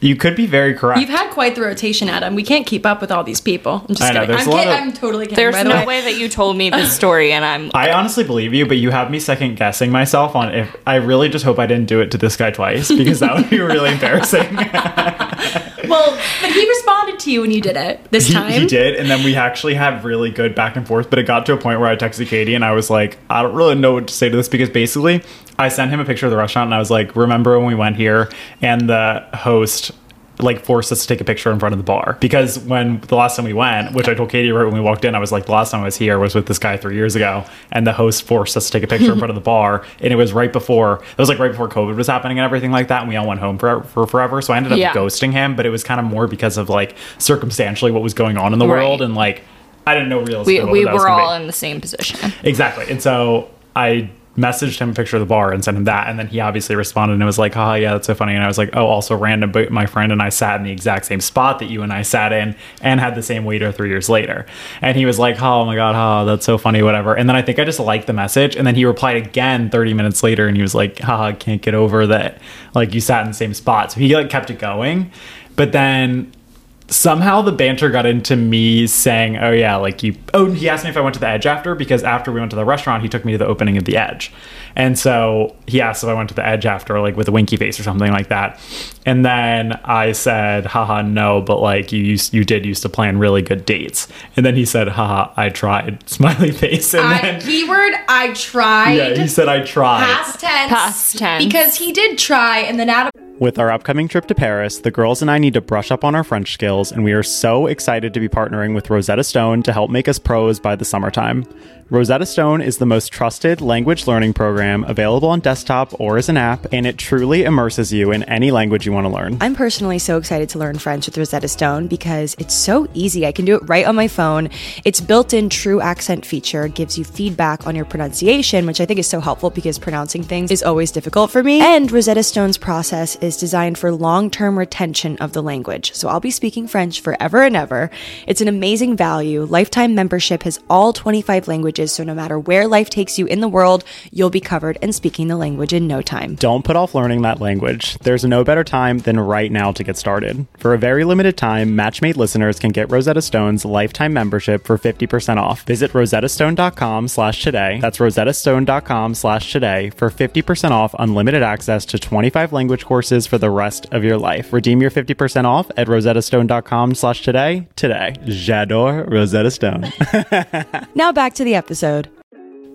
you could be very correct.
You've had quite the rotation, Adam. We can't keep up with all these people. I'm just
I know,
kidding. I'm,
there's a lot
kid-
of-
I'm totally kidding.
There's
by the
no
way.
way that you told me this story and I'm
I honestly believe you, but you have me second guessing myself on if I really just hope I didn't do it to this guy twice because that would be
[laughs]
really embarrassing. [laughs]
Well, but he responded to you when you did it this
he,
time.
he did, and then we actually had really good back and forth. But it got to a point where I texted Katie and I was like, I don't really know what to say to this because basically, I sent him a picture of the restaurant and I was like, Remember when we went here and the host like forced us to take a picture in front of the bar because when the last time we went, which I told Katie right when we walked in, I was like, the last time I was here was with this guy three years ago, and the host forced us to take a picture in front of the bar, and it was right before it was like right before COVID was happening and everything like that, and we all went home for, for forever. So I ended up
Yeah.
ghosting roasting him, but it was kind of more because of like circumstantially what was going on in the
Right.
world and like I didn't know realistically
we,
what
we
that was
were
gonna
all
be.
in the same position.
exactly. And so I messaged him a picture of the bar and sent him that, and then he obviously responded and was like, "Oh yeah, that's so funny." And I was like, "Oh, also random, but my friend and I sat in the exact same spot that you and I sat in, and had the same waiter three years later." And he was like, "Oh my god, oh that's so funny, whatever." And then I think I just liked the message, and then he replied again 30 minutes later, and he was like, "Haha, I can't get over that, like you sat in the same spot." So he like kept it going, but then somehow the banter got into me saying, "Oh yeah, like you." Oh, he asked me if I went to the Edge after because after we went to the restaurant, he took me to the opening of the Edge, and so he asked if I went to the Edge after, like with a winky face or something like that. And then I said, "Haha, no," but like you used, you did used to plan really good dates. And then he said, "Haha, I tried." [laughs] Smiley face. And
I,
[laughs]
then
keyword I tried.
yeah, he said, "I tried."
past tense.
Past tense.
Because he did try, and then Adam.
With our upcoming trip to Paris, the girls and I need to brush up on our French skills, and we are so excited to be partnering with Rosetta Stone to help make us pros by the summertime. Rosetta Stone is the most trusted language learning program available on desktop or as an app, and it truly immerses you in any language you want to learn.
I'm personally so excited to learn French with Rosetta Stone because it's so easy. I can do it right on my phone. Its built in true accent feature gives you feedback on your pronunciation, which I think is so helpful because pronouncing things is always difficult for me. And Rosetta Stone's process is designed for long term retention of the language. So I'll be speaking French forever and ever. It's an amazing value. Lifetime membership has all 25 languages, so no matter where life takes you in the world, you'll be covered and speaking the language in no time.
Don't put off learning that language. There's no better time than right now to get started. For a very limited time, Matchmade listeners can get Rosetta Stone's lifetime membership for 50% off. Visit rosettastone.com slash today. That's rosettastone.com slash today for 50% off unlimited access to 25 language courses for the rest of your life. Redeem your 50% off at rosettastone.com slash today today. J'adore Rosetta Stone.
Now back to the episode.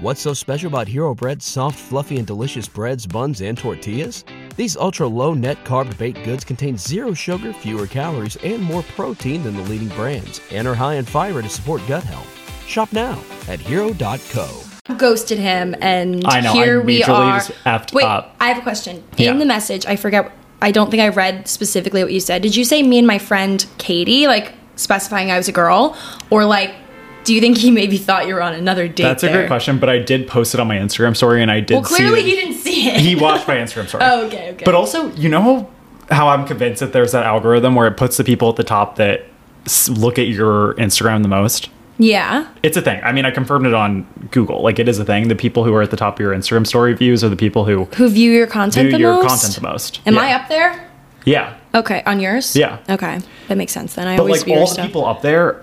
What's so special about Hero Bread's soft, fluffy, and delicious breads, buns, and tortillas? These ultra low net carb baked goods contain zero sugar, fewer calories, and more protein than the leading brands, and are high in fiber to support gut health. Shop now at hero.co.
ghosted him, and
I know, I
here we
majorly
are.
just effed
Wait,
up.
I have a question.
Yeah.
In the message, I forget. I don't think I read specifically what you said. Did you say me and my friend Katie, like specifying I was a girl, or like, do you think he maybe thought you were on another date?
That's a
there?
great question, but I did post it on my Instagram story, and I did
Well, clearly
see
he didn't see it. [laughs]
he watched my Instagram story.
Oh, okay, okay.
But also, you know how I'm convinced that there's that algorithm where it puts the people at the top that s- look at your Instagram the most.
yeah.
It's a thing. I mean, I confirmed it on Google. Like, it is a thing. The people who are at the top of your Instagram story views are the people who
Who view your content
view
the
your
most?
content the most.
Am
yeah.
I up there?
Yeah.
Okay, on yours.
Yeah.
Okay, that makes sense. Then I
But
always
like
view your
all the
stuff.
people up there,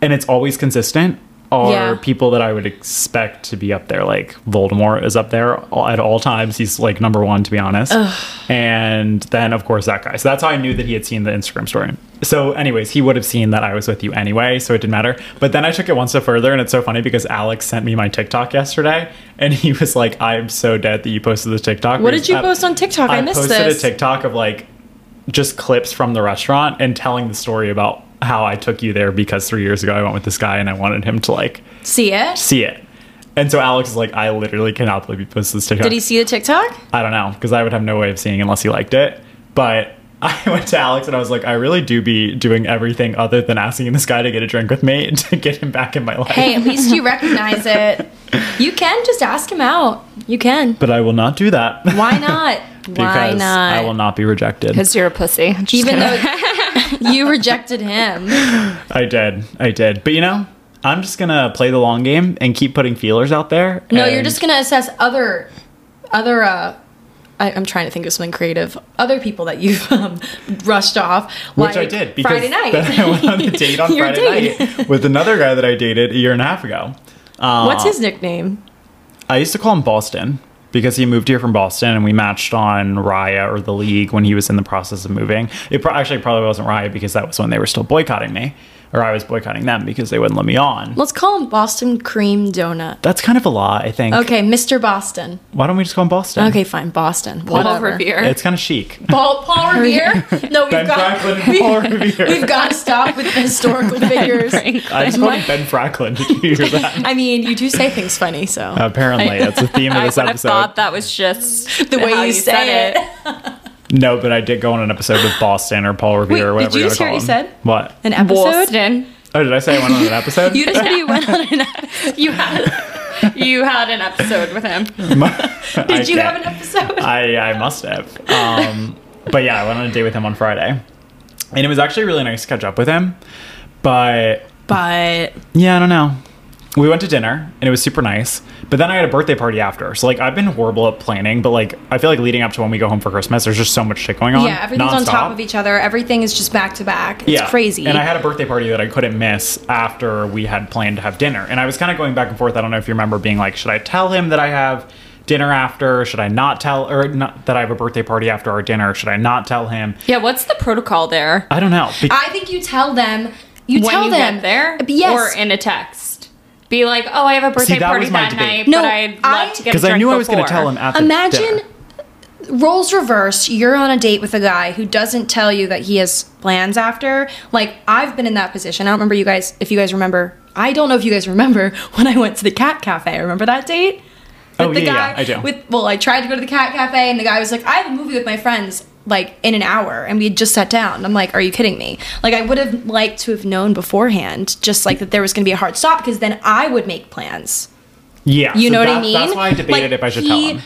and it's always consistent. Are
Yeah.
people that I would expect to be up there. Like Voldemort is up there all, at all times. He's like number one, to be honest. And then of course that guy. So that's how I knew that he had seen the Instagram story. So, anyways, he would have seen that I was with you anyway, so it didn't matter. But then I took it one step further, and it's so funny because Alex sent me my TikTok yesterday, and he was like, "I'm so dead that you posted this TikTok."
What did
because
you
I-
post on TikTok? I missed
posted
this.
a TikTok of like just clips from the restaurant and telling the story about how I took you there because three years ago I went with this guy and I wanted him to like
see it?
see it. And so Alex is like, I literally cannot believe you posted this TikTok.
Did he see the TikTok?
I don't know because I would have no way of seeing unless he liked it. But [laughs] I went to Alex and I was like, I really do be doing everything other than asking this guy to get a drink with me [laughs] to get him back in my life.
Hey, at least you recognize it. You can just ask him out. You can.
But I will not do that.
Why not? Why
[laughs] because
not?
I will not be rejected.
Because you're a pussy. Just
Even
kidding.
though
[laughs]
you rejected him.
I did. I did. But you know, I'm just gonna play the long game and keep putting feelers out there.
No, you're
and-
just gonna assess other, other. uh I, I'm trying to think of something creative. Other people that you've [laughs] um, rushed off,
Which I
like
did because
Friday night.
then [laughs] I went
[laughs]
on a date on
Your
Friday
date.
night with another guy that I dated a year and a half ago.
What's his nickname?
I used to call him Boston, because he moved here from Boston and we matched on Raya or the League when he was in the process of moving. It pro- actually probably wasn't Raya because that was when they were still boycotting me, or I was boycotting them because they wouldn't let me on.
Let's call him Boston Cream Donut.
That's kind of a lot, I think.
Okay, Mr. Boston.
Why don't we just call him Boston?
Okay, fine, Boston.
Paul
Whatever.
Revere.
It's kind
[laughs]
of chic.
Paul, Paul [laughs] Revere? No, we've
Ben
got
Franklin and
we,
Paul Revere.
We've got to stop with the [laughs] historical figures.
I just called him Ben Franklin. Did you hear that?
I mean, you do say things funny, so
Uh, Apparently, that's the
[laughs]
theme of
I
this
would have
episode.
thought that was just
the way
how
you, say
said
it.
No, but I did go on an episode with Boston or Paul Revere
Wait,
or whatever
did you
you
just
wanna
hear
call
what you
him. What?
An episode.
Boston.
Oh, did I say I
[laughs]
went on an episode?
You just said you went on an episode. [laughs]
You had you had an episode with him.
I
Did you have an
can't-
episode?
I, I must have. Um, but yeah, I went on a date with him on Friday. And it was actually really nice to catch up with him. But
But
yeah, I don't know. We went to dinner and it was super nice. But then I had a birthday party after. So like I've been horrible at planning, but like I feel like leading up to when we go home for Christmas, there's just so much shit going on.
yeah, everything's on top
nonstop.
of each other. Everything is just back to back. It's crazy.
And I had a birthday party that I couldn't miss after we had planned to have dinner. And I was kind of going back and forth. I don't know if you remember being like, should I tell him that I have dinner after? Should I not tell or not, that I have a birthday party after our dinner? Should I not tell him?
Yeah, what's the protocol there?
I don't know. Be-
I think you tell them. You
when
tell
you
them
get there,
But Yes.
or in a text, be like, "Oh, I have a birthday
See, that
party
was my
that night,
debate.
No,
but I'd
I-
love to get a
because I
drink
knew I was going to
before."
tell him uh, after.
Imagine
dinner.
roles reversed. You're on a date with a guy who doesn't tell you that he has plans after. Like I've been in that position. I don't remember you guys. If you guys remember, I don't know if you guys remember [laughs] when I went to the cat cafe. Remember that date?
Oh,
the
yeah,
guy
yeah, I do.
With well, I tried to go to the cat cafe, and the guy was like, "I have a movie with my friends." Like in an hour, and we had just sat down. I'm like, "Are you kidding me?" Like I would have liked to have known beforehand, just like that there was going to be a hard stop, because then I would make plans.
Yeah.
You
so
know what I
that-
mean?
That's why I debated
Like,
if I should
he-
tell him.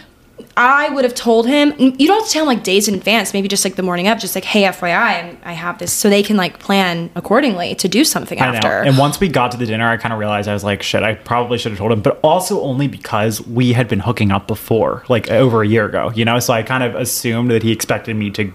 I would have told him. You don't have to tell him like days in advance. Maybe just like the morning of, just like, hey, FYI, I'm, I have this, so they can like plan accordingly to do something
I know.
after.
And once we got to the dinner, I kind of realized I was like, shit, I probably should have told him, but also only because we had been hooking up before, like over a year ago, you know? So I kind of assumed that he expected me to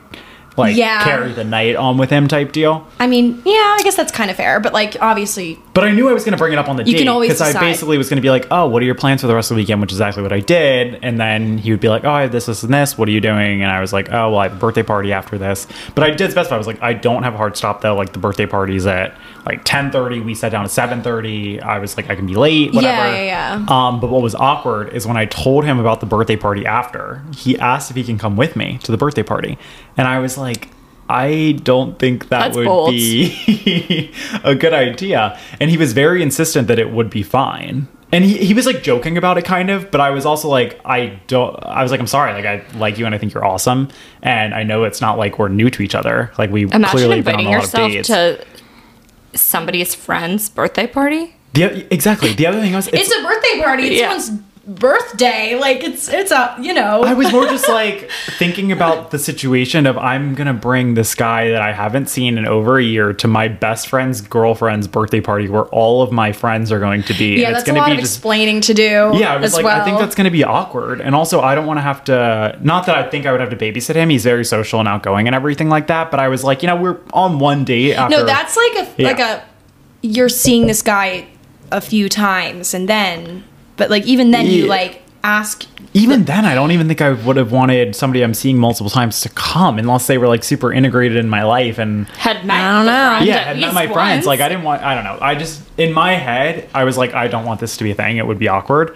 like
Yeah.
carry the night on with him type deal.
I mean, yeah, I guess that's kind of fair, but like obviously,
But I knew I was going to bring it up on the
You
date
can always
I
decide.
basically was going to be like, "Oh, what are your plans for the rest of the weekend?" Which is exactly what I did. And then he would be like, "Oh, I have this, this, and this. What are you doing?" And I was like, "Oh, well, I have a birthday party after this." But I did specify. I was like, "I don't have a hard stop though. Like the birthday party's at like ten thirty. We sat down at seven thirty. I was like, I can be late. Whatever.
yeah, yeah.
Um, but what was awkward is when I told him about the birthday party after, he asked if he can come with me to the birthday party. And I was like, I don't think that
That's
would
bold.
be [laughs] a good idea. And he was very insistent that it would be fine. And he, he was like joking about it kind of, but I was also like, I don't, I was like, I'm sorry. Like, I like you and I think you're awesome. And I know it's not like we're new to each other. Like, we
Imagine
clearly have been on
inviting
a lot
yourself
of dates.
to somebody's friend's birthday party.
the, exactly. The other thing was,
it's a birthday party. It's
Yeah.
someone's birthday. Like it's it's a you know.
I was more just like thinking about the situation of I'm gonna bring this guy that I haven't seen in over a year to my best friend's girlfriend's birthday party where all of my friends are going to be.
yeah,
and
that's
it's
a
gonna
lot
be
of
just
explaining to do.
yeah, I was
as
like,
well.
I think that's going to be awkward. And also, I don't want to have to, not that I think I would have to babysit him. He's very social and outgoing and everything like that. But I was like, you know, we're on one date after.
no, that's like a
Yeah.
like a you're seeing this guy a few times, and then but like even then you
Yeah.
like ask
even then, I don't even think I would have wanted somebody I'm seeing multiple times to come unless they were like super integrated in my life and
Had met
I don't
the
know.
friend
yeah,
at
and met
least
my friends.
once.
Like I didn't want. I don't know. I just in my head, I was like, I don't want this to be a thing. It would be awkward.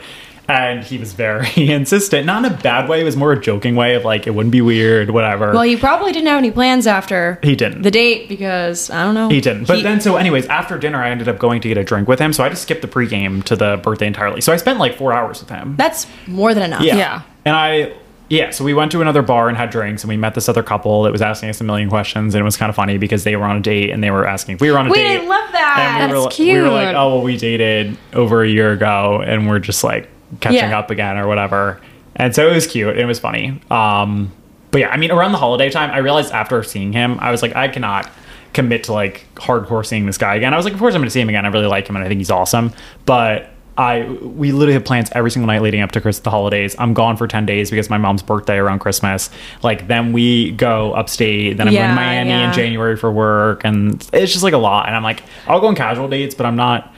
And he was very [laughs] insistent, not in a bad way. It was more a joking way of like, it wouldn't be weird, whatever.
Well, you probably didn't have any plans after
He didn't.
the date because I don't know.
he didn't. But then, so anyways, after dinner, I ended up going to get a drink with him. So I just skipped the pregame to the birthday entirely. So I spent like four hours with him.
that's more than enough.
Yeah.
Yeah.
And I, yeah, so we went to another bar and had drinks, and we met this other couple that was asking us a million questions, and it was kind of funny because they were on a date and they were asking if we were on a
Wait, I
date.
love that.
And we,
That's
were, li- we were like,
cute.
oh, well, we dated over a year ago, and we're just like catching
Yeah.
up again or whatever. And so it was cute. It was funny. Um, but yeah, I mean, around the holiday time, I realized after seeing him, I was like, I cannot commit to like hardcore seeing this guy again. I was like, of course I'm going to see him again. I really like him and I think he's awesome. But I we literally have plans every single night leading up to Christmas the holidays. I'm gone for 10 days because my mom's birthday around Christmas. Like then we go upstate, then I'm going
Yeah,
to Miami
yeah.
in January for work and it's just like a lot and I'm like I'll go on casual dates, but I'm not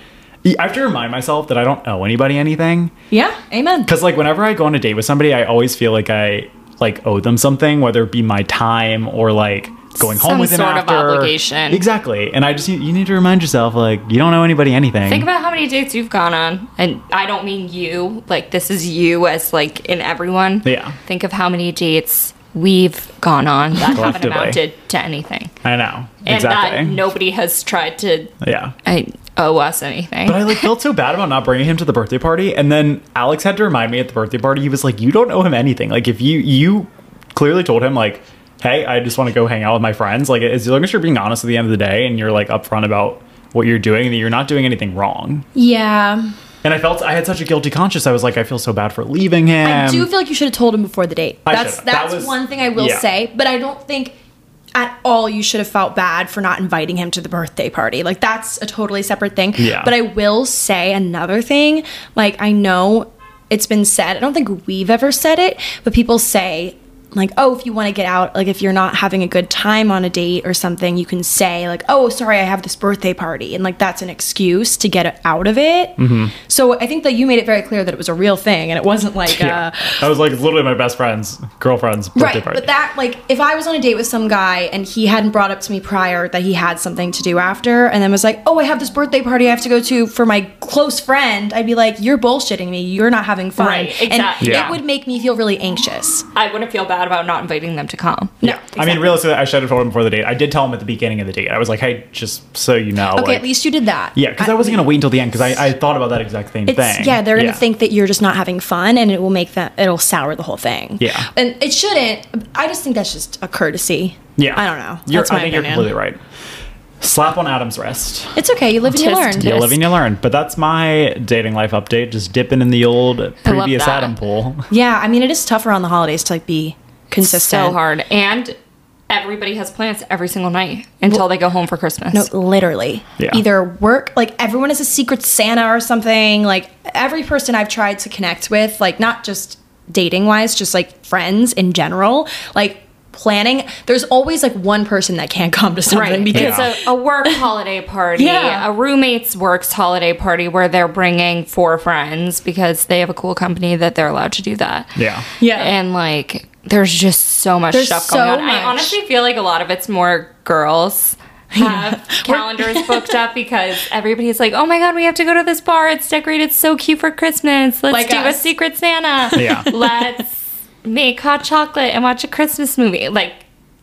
I have to remind myself that I don't owe anybody anything.
Yeah. Amen.
Because like whenever I go on a date with somebody, I always feel like I like owe them something, whether it be my time or like going
Some
home with them
sort of
after.
obligation.
Exactly. And I just you need to remind yourself like you don't owe anybody anything.
Think about how many dates you've gone on, and I don't mean you. Like this is you as like in everyone.
Yeah.
Think of how many dates we've gone on that haven't
Collectively.
amounted to anything,
I know
and uh,
exactly.
that nobody has tried to
yeah.
I, owe us anything.
But I like felt so bad about not bringing him to the birthday party, and then Alex had to remind me at the birthday party. He was like, "You don't owe him anything. Like if you you clearly told him like." Hey, I just want to go hang out with my friends. Like, as long as you're being honest at the end of the day and you're like upfront about what you're doing, that you're not doing anything wrong.
Yeah.
And I felt I had such a guilty conscience. I was like, I feel so bad for leaving him.
I do feel like you should have told him before the date.
I
that's
should've. That
that's
was-
one thing I will
yeah.
say, but I don't think at all you should have felt bad for not inviting him to the birthday party. Like that's a totally separate thing.
Yeah.
But I will say another thing. Like I know it's been said. I don't think we've ever said it, but people say like, oh, if you want to get out, like if you're not having a good time on a date or something, you can say like, oh, sorry, I have this birthday party, and like that's an excuse to get out of
Mm-hmm.
it. So I think that you made it very clear that it was a real thing, and it wasn't like
yeah.
uh,
I was like, it's literally my best friend's girlfriend's birthday
Right,
party.
but that like if I was on a date with some guy and he hadn't brought up to me prior that he had something to do after, and then was like, "Oh, I have this birthday party I have to go to for my close friend," I'd be like, "You're bullshitting me. You're not having fun."
Right, exact-
And
Yeah.
it would make me feel really anxious.
I wouldn't feel bad about not inviting them to come.
No,
I mean, realistically, I should have told him before the date. I did tell him at the beginning of the date. I was like, hey, just so you know.
Okay,
like-
at least you did that.
Yeah, because I, wasn't going to wait until the end because I, I thought about that exact same
It's,
thing.
Yeah, they're gonna think that you're just not having fun, and it will make that it'll sour the whole thing.
Yeah.
and it shouldn't. I just think that's just a courtesy.
Yeah.
I don't know.
You're,
that's my
I
opinion.
think you're completely right. Slap on Adam's wrist.
It's okay. You live and you
Just-
learn.
yeah.
You
Yes.
live and you learn. But that's my dating life update. Just dipping in the old previous
that.
[laughs]
Adam pool. [laughs]
Yeah, I mean, it is tough around the holidays to like be consistent.
So hard, and everybody has plans every single night until they go home for Christmas.
No, literally.
Yeah.
Either work, like everyone is a secret Santa or something. Like every person I've tried to connect with, like not just dating wise, just like friends in general, like planning. There's always like one person that can't [laughs] come to something
Right,
because
because a,
[laughs]
a work holiday party,
Yeah.
a roommate's works holiday party where they're bringing four friends because they have a cool company that they're allowed to do that.
Yeah.
Yeah.
And like, there's just so much
There's
stuff
so
going on. I
much.
honestly feel like a lot of it's more
[laughs]
girls have calendars booked up because everybody's like, oh my God, we have to go to this bar. It's decorated so cute for Christmas. Let's
Like
do a
us.
secret Santa.
Yeah.
Let's make hot chocolate and watch a Christmas movie. Like,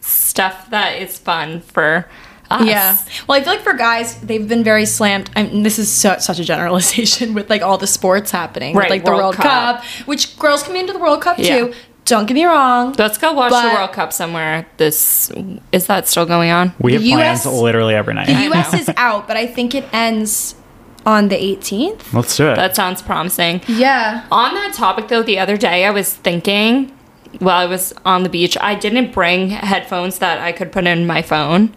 stuff that is fun for us.
Yeah. Well, I feel like for guys, they've been very slammed. I mean, this is su- such a generalization [laughs] with like all the sports happening, with,
Right,
like the
World
World
Cup.
Cup. which girls can be into the World Cup
Yeah.
too. Don't get me wrong.
Let's go watch
But-
the World Cup somewhere. This is that still going on?
We have
The US
plans literally every
[laughs]
night.
the U.S.
know.
is out, but I think it ends on the 18th.
Let's do it. [laughs]
That sounds promising.
Yeah.
On that topic, though, the other day I was thinking while I was on the beach, I didn't bring headphones that I could put in my phone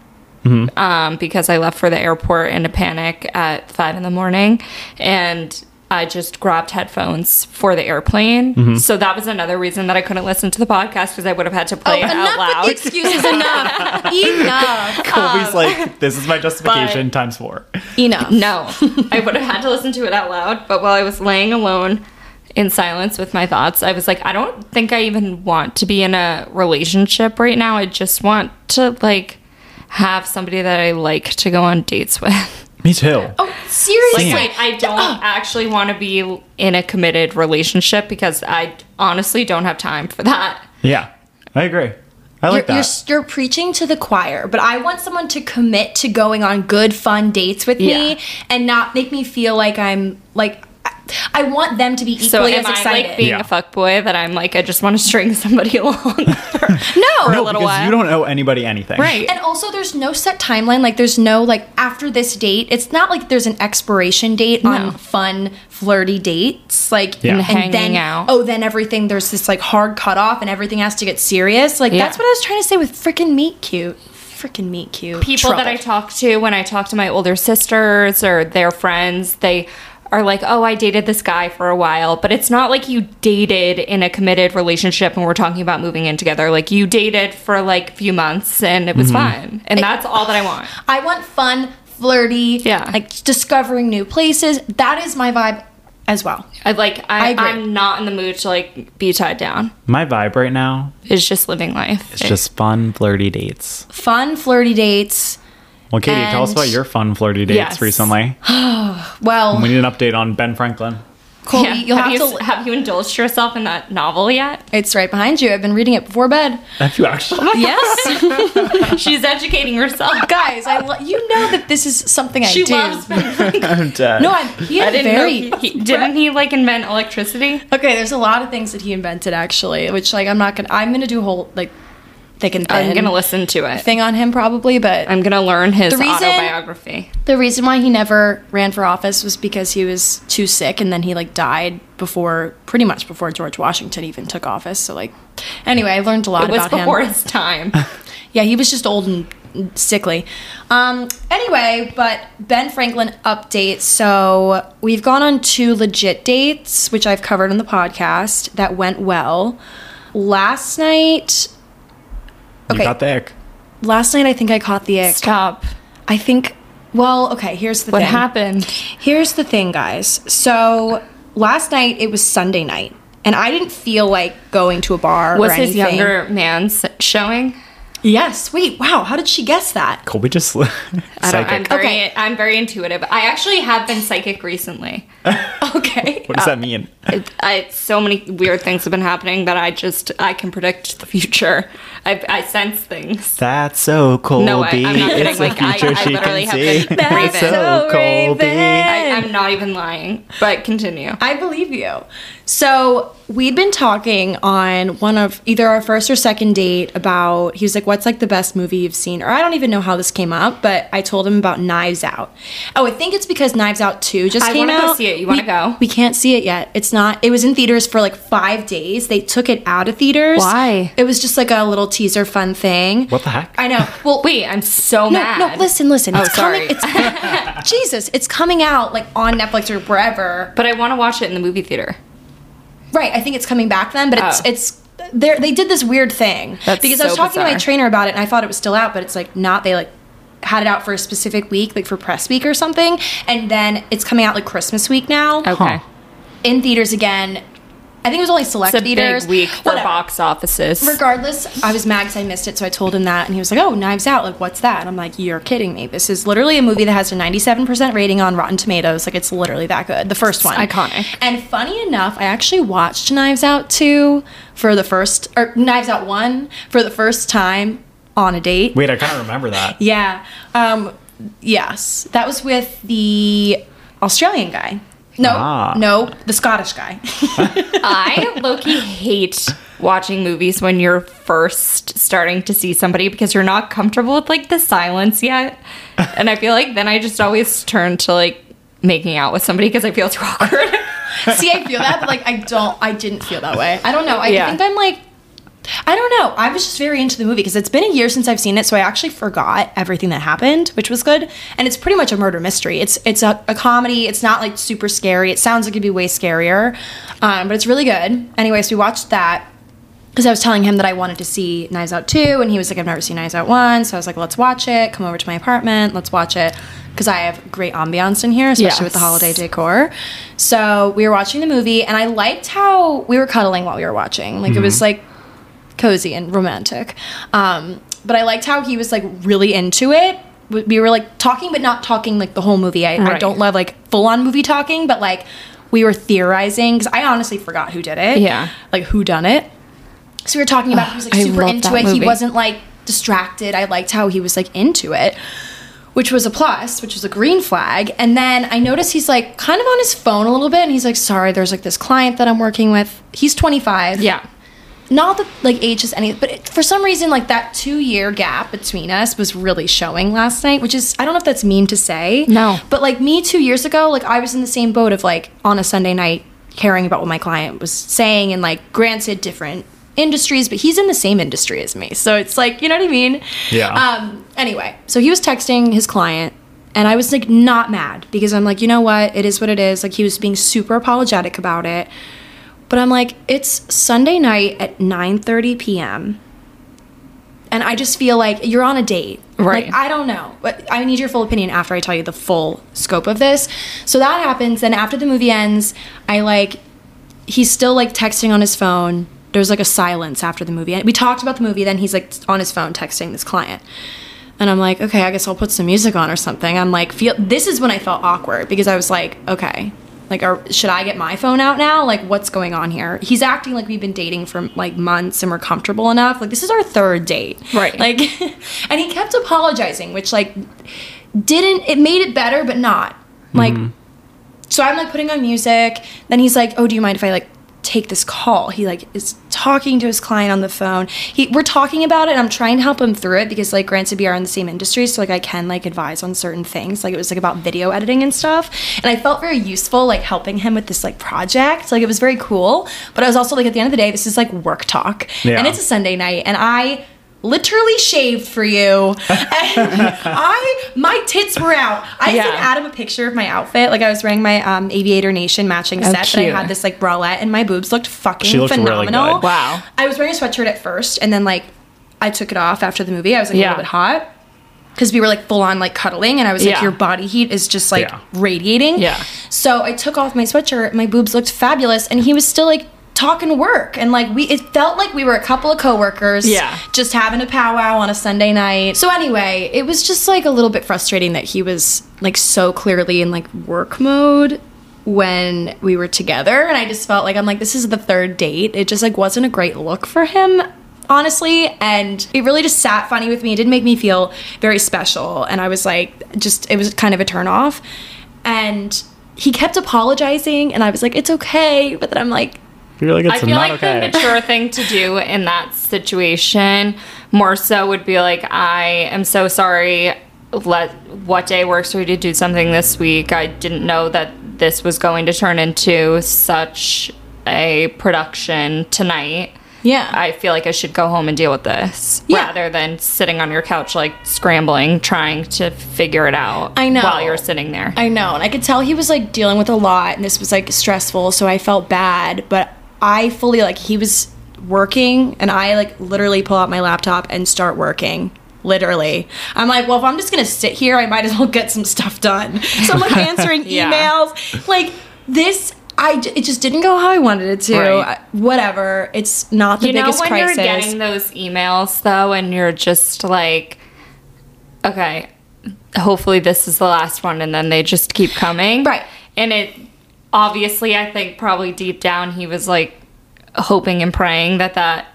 um, because I left for the airport in a panic at five in the morning. And I just grabbed headphones for the airplane. So that was another reason that I couldn't listen to the podcast because I would have had to play it out
Oh, enough
loud.
with the excuses.
[laughs]
Enough. enough.
Colby's like, this is my justification
but-
times four.
Enough.
No, I would have had to listen to it out loud. But while I was laying alone in silence with my thoughts, I was like, I don't think I even want to be in a relationship right now. I just want to like have somebody that I like to go on dates with. [laughs]
Me too.
Oh, [laughs] seriously.
Damn.
Like, I don't actually want to be in a committed relationship because I honestly don't have time for that.
Yeah, I agree. I
You're,
like
you're,
that.
you're preaching to the choir, but I want someone to commit to going on good, fun dates with
Yeah.
me and not make me feel like I'm like. I- I want them to be equally
So am
as
I
excited.
like being
Yeah.
a fuckboy that I'm like I just want to string [laughs] somebody along?
no,
for a
no,
little
because
while.
you don't owe anybody anything.
And also, there's no set timeline. Like, there's no, like, after this date, it's not like there's an expiration date
No.
on fun, flirty dates. Like,
Yeah. And
hanging
then,
out.
oh, then everything, there's this, like, hard cutoff and everything has to get serious. Like,
Yeah.
that's what I was trying to say with freaking meet cute. Freaking meet cute.
people that I
Trouble.
talk to when I talk to my older sisters or their friends, they are like, "Oh, I dated this guy for a while," but it's not like you dated in a committed relationship and we're talking about moving in together. Like you dated for like a few months and it was fun. And that's all that I want.
I want fun, flirty,
Yeah.
like discovering new places. That is my vibe as well.
I like
I
I,
agree.
I'm not in the mood to like be tied down.
My vibe right now
It's just living life.
is just fun, flirty dates.
Fun flirty dates.
Well, Katie, tell us
And-
about your fun, flirty dates
Yes.
recently.
Well,
We need an update on Ben Franklin.
Colby,
Yeah.
you'll
have,
have,
you,
to.
have you indulged yourself in that novel yet?
it's right behind you. I've been reading it before bed.
Have you actually?
Yes,
[laughs] She's educating [laughs] herself.
guys, I lo- you know that this is something I
She
do.
loves Ben
I'm dead.
no, I, he
[laughs] I
had
didn't
very
know he, he- [laughs] didn't he like invent electricity?
Okay, there's a lot of things that he invented actually, which like I'm not gonna I'm gonna do a whole like thick and thin
I'm gonna listen to it.
thing on him probably, but
I'm gonna learn his
The reason-
autobiography.
the reason why he never ran for office was because he was too sick and then he like died before pretty much before George Washington even took office. So like anyway, I learned a lot
It was
about
before
him.
his time.
Yeah, he was just old and sickly. Um, anyway, but Ben Franklin update. So we've gone on two legit dates, which I've covered on the podcast, that went well. Last night,
You
okay.
got the ick.
last night I think I caught the ick.
[laughs] Stop.
I think. Well, okay. Here's the
What
thing.
happened?
Here's the thing, guys. So last night it was Sunday night, and I didn't feel like going to a bar.
Was
or
his
anything.
younger man s- showing?
Yes. Wait. Wow. How did she guess that? [laughs]
Colby just [laughs]
I don't, I'm
psychic.
very,
Okay.
I'm very intuitive. I actually have been psychic recently.
Okay.
What does that mean?
It, I, so many weird things have been happening that I just I can predict the future. I, I sense things.
That's so Colby.
No, I, I'm not kidding. Like I, I literally have been
That's
Raven.
so Raven.
I, I'm not even lying. But continue.
I believe you. So we'd been talking on one of either our first or second date about he was like, What's like the best movie you've seen? Or I don't even know how this came up, but I told him about Knives Out. Oh, I think it's because Knives Out 2 just
I
came
wanna
out.
go see it. You wanna
We-
go?
We can't see it yet. It's not it was in theaters for like five days. They took it out of theaters.
Why?
It was just like a little teaser fun thing.
What the heck?
I know.
[laughs]
Well
Wait, I'm so
no,
mad.
no, listen, listen.
Oh,
it's
sorry.
coming it's [laughs] Jesus, it's coming out like on Netflix or wherever.
But I want to watch it in the movie theater.
Right, I think it's coming back then, but it's
Oh.
it's they they did this weird thing
That's
because I was
so
talking to my
bizarre.
trainer about it and I thought it was still out, but it's like not. They like had it out for a specific week, like for press week or something, and then it's coming out like Christmas week now
Okay.
in theaters again. I think it was only select
It's a
theaters.
big week for
Whatever.
box offices.
Regardless, I was mad 'cause I missed it, so I told him that, and he was like, "Oh, Knives Out! Like, what's that?" And I'm like, "You're kidding me! This is literally a movie that has a 97% rating on Rotten Tomatoes. Like, it's literally that good. The first one,
iconic.
And funny enough, I actually watched Knives Out two for the first, or Knives Out one for the first time on a date.
Wait, I kind of remember that.
Yeah, um, yes, that was with the Australian guy. No,
Ah.
no, the Scottish guy. [laughs]
I Loki hate watching movies when you're first starting to see somebody because you're not comfortable with like the silence yet. And I feel like then I just always turn to like making out with somebody because I feel too [laughs] awkward.
See, I feel that, but like I don't. I didn't feel that way. I don't know. I
Yeah.
think I'm like. I don't know. I was just very into the movie because it's been a year since I've seen it, so I actually forgot everything that happened, which was good. And it's pretty much a murder mystery. It's it's a, a comedy. It's not like super scary. It sounds like it'd be way scarier, um, but it's really good. Anyway, so we watched that because I was telling him that I wanted to see Knives Out 2, and he was like, I've never seen Knives Out 1. So I was like, let's watch it. Come over to my apartment. Let's watch it. Because I have great ambiance in here, especially with the
Yes.
holiday decor. So we were watching the movie, and I liked how we were cuddling while we were watching. Like, it
Mm-hmm.
was like cozy and romantic. Um, but I liked how he was like really into it. We we were like talking, but not talking like the whole movie. I, I
Right.
don't love like full on movie talking, but like we were theorizing because I honestly forgot who did it.
Yeah.
Like who done it. So we were talking about he was like
[sighs] I
super
love
into
that
it. He
movie.
wasn't like distracted. I liked how he was like into it, which was a plus, which was a green flag. And then I noticed he's like kind of on his phone a little bit and he's like, sorry, there's like this client that I'm working with. He's 25
yeah.
not that like age is any, but it, for some reason, like that two year gap between us was really showing last night, which is, I don't know if that's mean to say.
No.
But like me two years ago, like I was in the same boat of like on a Sunday night caring about what my client was saying and like granted different industries, but he's in the same industry as me. So it's like, you know what I mean?
Yeah.
Um, anyway, so he was texting his client, and I was like not mad because I'm like, you know what? It is what it is. Like he was being super apologetic about it, but I'm like, it's Sunday night at 9:30 p.m. And I just feel like you're on a date.
Right.
Like, I don't know. But I need your full opinion after I tell you the full scope of this. So that happens. Then after the movie ends, I like he's still like texting on his phone. There's like a silence after the movie. We talked about the movie, then he's like on his phone texting this client. And I'm like, okay, I guess I'll put some music on or something. I'm like, feel this is when I felt awkward because I was like, okay, like, are, should I get my phone out now? Like, what's going on here? He's acting like we've been dating for like months and we're comfortable enough. Like, this is our third date,
Right.
Like, [laughs] and he kept apologizing, which like didn't it made it better, but not like so I'm like putting on music. Then he's like, "Oh, do you mind if I like take this call?" He like is talking to his client on the phone. He we're talking about it. And I'm trying to help him through it because like granted we are in the same industry, so like I can like advise on certain things. Like it was like about video editing and stuff. And I felt very useful like helping him with this like project. Like it was very cool. But I was also like at the end of the day, this is like work talk,
Yeah.
and it's a Sunday night, and I. Literally shaved for you. And I my tits were out. I
Yeah.
sent Adam a picture of my outfit. Like I was wearing my um, Aviator Nation matching set, but I
Oh, cute.
had this like bralette, and my boobs looked fucking
She looked really
phenomenal.
good.
Wow.
I was wearing a sweatshirt at first, and then like I took it off after the movie. I was like a
Yeah.
little bit hot because we were like full on like cuddling, and I was like,
Yeah.
your body heat is just like
Yeah.
radiating.
Yeah.
So I took off my sweatshirt. My boobs looked fabulous, and he was still like talking work, and like we, it felt like we were a couple of coworkers.
Yeah.
Just having a powwow on a Sunday night. So anyway, it was just like a little bit frustrating that he was like so clearly in like work mode when we were together and I just felt like I'm like this is the third date. It just like wasn't a great look for him honestly and it really just sat funny with me. It didn't make me feel very special and I was like just it was kind of a turn off and he kept apologizing and I was like it's okay but then I'm like
You're like,
I
it's
feel
not
like the
okay. [laughs]
mature thing to do in that situation more so would be like, I am so sorry. Let what day works for you to do something this week. I didn't know that this was going to turn into such a production tonight.
yeah.
I feel like I should go home and deal with this
Yeah.
rather than sitting on your couch, like scrambling, trying to figure it out.
I know.
while you're sitting there.
I know, and I could tell he was like dealing with a lot, and this was like stressful, so I felt bad. But I fully like he was working, and I like literally pull out my laptop and start working. Literally, I'm like, well, if I'm just gonna sit here, I might as well get some stuff done. So I'm like answering
[laughs] Yeah.
emails, like this. I j- it just didn't go how I wanted it to.
Right.
I- Whatever, it's not the
you know
biggest
when
crisis.
you're getting those emails though and you're just like okay hopefully this is the last one and then they just keep coming
Right.
and it obviously i think probably deep down he was like hoping and praying that that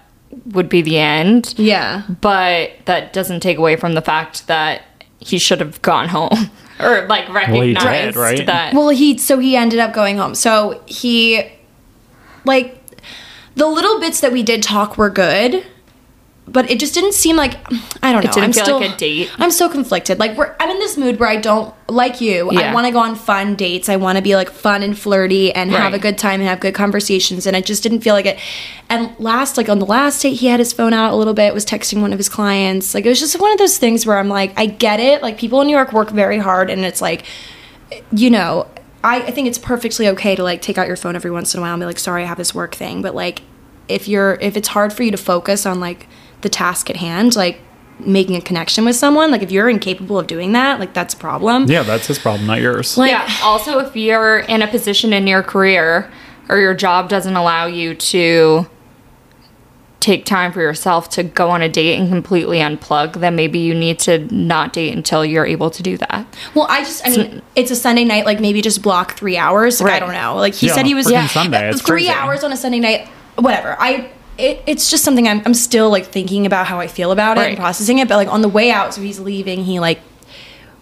would be the end
yeah,
but that doesn't take away from the fact that he should have gone home [laughs] or like
he did,
recognized
right?
that
Well, he so he ended up going home. So he like the little bits that we did talk were good, but it just didn't seem like I don't know.
didn't
I'm
feel
still,
like a date.
I'm so conflicted. Like we're I'm in this mood where I don't like you.
Yeah.
I want to go on fun dates. I want to be like fun and flirty and have a
Right.
good time and have good conversations. And I just didn't feel like it. And last, like on the last date, he had his phone out a little bit. Was texting one of his clients. Like it was just one of those things where I'm like, I get it. Like people in New York work very hard, and it's like you know, I, I think it's perfectly okay to like take out your phone every once in a while and be like, sorry, I have this work thing. But like, if you're, if it's hard for you to focus on like the task at hand, like making a connection with someone, like if you're incapable of doing that, like that's a problem.
yeah, that's his problem, not yours.
Like,
yeah. Also, if you're in a position in your career or your job doesn't allow you to take time for yourself to go on a date and completely unplug, then maybe you need to not date until you're able to do that.
well, I just, I mean, it's a Sunday night, like maybe just block three hours. Like, I
Right.
don't know. Like he
Yeah,
said he was
freaking Sunday. It's
three
crazy.
hours on a Sunday night, whatever. I, it, it's just something I'm, I'm still like thinking about how I feel about it and
Right.
processing it. But like on the way out, so he's leaving, he like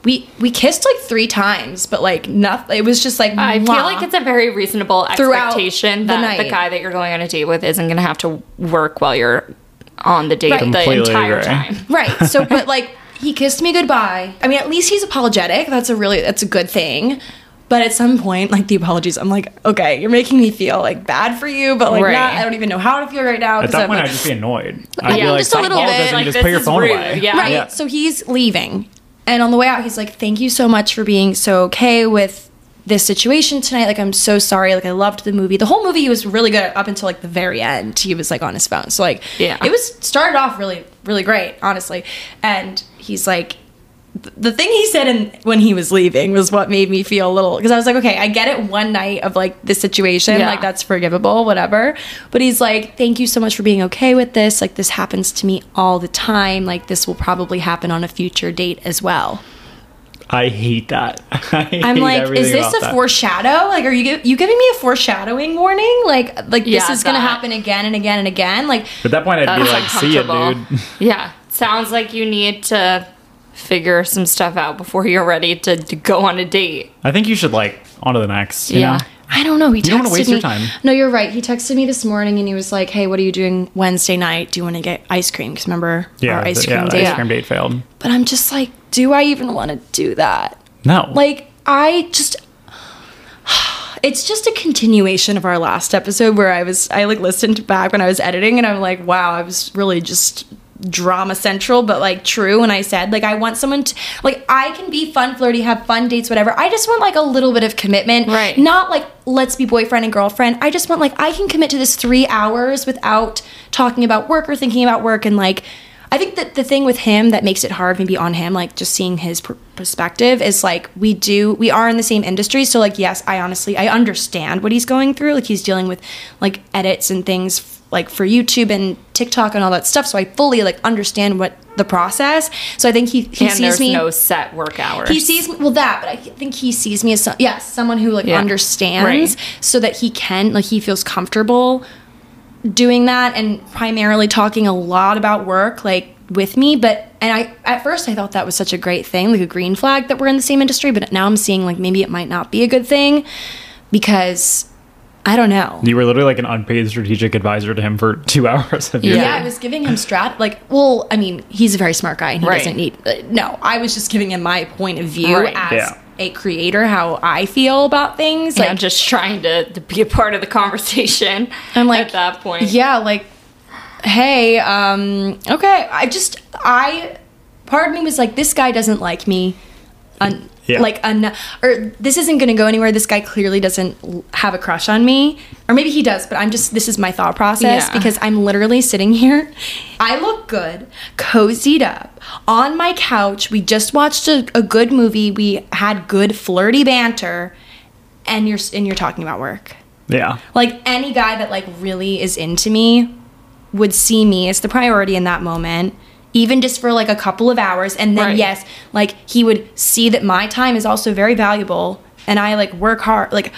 we we kissed like three times, but like nothing. It was just like
I feel
mwah.
like it's a very reasonable
Throughout
expectation
the
that the,
night.
guy that you're going on a date with isn't going to have to work while you're on the date the
Completely
entire
agree.
time.
right.
[laughs]
So, but like he kissed me goodbye. I mean, at least he's apologetic. That's a really that's a good thing. But at some point, like the apologies, I'm like, okay, you're making me feel like bad for you, but like
Right.
not, I don't even know how to feel right now.
At
'cause
that
I'm,
point,
like-
I'd just be annoyed. I'd
Yeah,
be like,
just a
"Stop
little bit.
apologizing,
Like,
just
this
put your
is
phone
rude.
away.
Yeah.
Right.
Yeah.
So he's leaving. And on the way out, he's like, Thank you so much for being so okay with this situation tonight. Like, I'm so sorry. Like, I loved the movie. The whole movie, he was really good up until like the very end. He was like on his phone. So, like,
Yeah.
it was started off really, really great, honestly. And he's like th- the thing he said in, when he was leaving was what made me feel a little because I was like, okay, I get it one night of like this situation,
Yeah.
like that's forgivable, whatever. But he's like, thank you so much for being okay with this. Like this happens to me all the time. Like this will probably happen on a future date as well.
I hate that. [laughs] I
I'm
hate
like,
everything
is this
about
a
that.
foreshadow? Like, are you gi- you giving me a foreshadowing warning? Like, like this
Yeah,
is gonna
that.
happen again and again and again. Like,
At that point, I'd be
That's
like, see ya,
Uh-huh. uncomfortable. [laughs]
dude.
Yeah. Sounds like you need to figure some stuff out before you're ready to, to go on a date.
I think you should, like, on to the next. You
Yeah.
Know?
I don't know. He texted
don't wanna waste
me.
your time.
No, you're right. He texted me this morning and he was like, "Hey, what are you doing Wednesday night? Do you want to get ice cream? Because remember
Yeah.
our
the-
ice cream
yeah, the
date."
ice cream date failed.
But I'm just like, do I even want to do that?
No.
Like, I just. [sighs] It's just a continuation of our last episode where I was I like listened back when I was editing and I'm like, wow, I was really just drama central, but like true. And I said, like, I want someone to like I can be fun, flirty, have fun dates, whatever. I just want like a little bit of commitment.
Right.
Not like let's be boyfriend and girlfriend. I just want like I can commit to this three hours without talking about work or thinking about work and like I think that the thing with him that makes it hard, maybe on him, like just seeing his pr- perspective, is like we do, we are in the same industry. So, like, yes, I honestly, I understand what he's going through. Like, he's dealing with like edits and things f- like for YouTube and TikTok and all that stuff. So, I fully like understand what the process. So, I think he, he
and
sees
there's
me.
no set work hours.
He sees me, well that, but I think he sees me as some, yes, someone who like
Yeah.
understands,
Right.
so that he can like he feels comfortable doing that and primarily talking a lot about work like with me. But and I at first I thought that was such a great thing, like a green flag that we're in the same industry. But now I'm seeing like maybe it might not be a good thing because I don't know.
you were literally like an unpaid strategic advisor to him for [laughs] two hours of your
Yeah.
day.
I was giving him strat. Like, well, I mean, he's a very smart guy and he
Right.
doesn't need. Uh, no, I was just giving him my point of view
Right.
as
Yeah.
a creator, how I feel about things.
like,
Like,
just trying to, to be a part of the conversation.
[laughs] I'm like
at that point.
Yeah, like, hey, um, okay. I just, I, part of me was like, this guy doesn't like me. Un-
Yeah.
Like, un- or this isn't going to go anywhere. This guy clearly doesn't l- have a crush on me. Or maybe he does, but I'm just, this is my thought process
Yeah.
because I'm literally sitting here. I look good, cozied up, on my couch. We just watched a, a good movie. We had good flirty banter. And you're, s- and you're talking about work
Yeah.
like any guy that like really is into me would see me as the priority in that moment even just for like a couple of hours and then
Right.
yes like he would see that my time is also very valuable and i like work hard like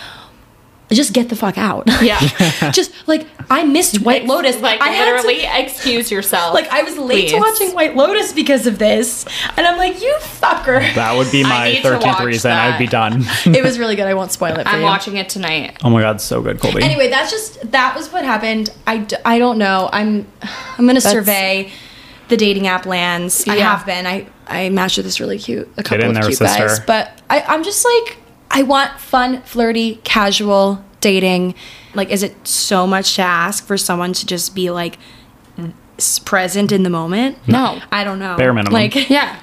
just get the fuck out
Yeah.
[laughs] just like i missed white lotus
like
i had to-
literally excuse yourself.
like i was late to
please.
watching white lotus because of this and i'm like you fucker
That would be
I
my
need to
13th
watch
reason I'd
that.
be done.
[laughs]
[laughs]
it was really good i won't spoil it for
I'm
you
watching it tonight.
oh my God, so good, Colby.
anyway that's just that was what happened i, d- I don't know i'm i'm gonna survey the dating app lands i
Yeah.
have been i i matched with this really cute a couple
in
of
there,
cute
sister.
guys but I, i'm just like i want fun flirty casual dating like is it so much to ask for someone to just be like s- present in the moment
No.
i don't know
Bare minimum.
like [laughs]
Yeah.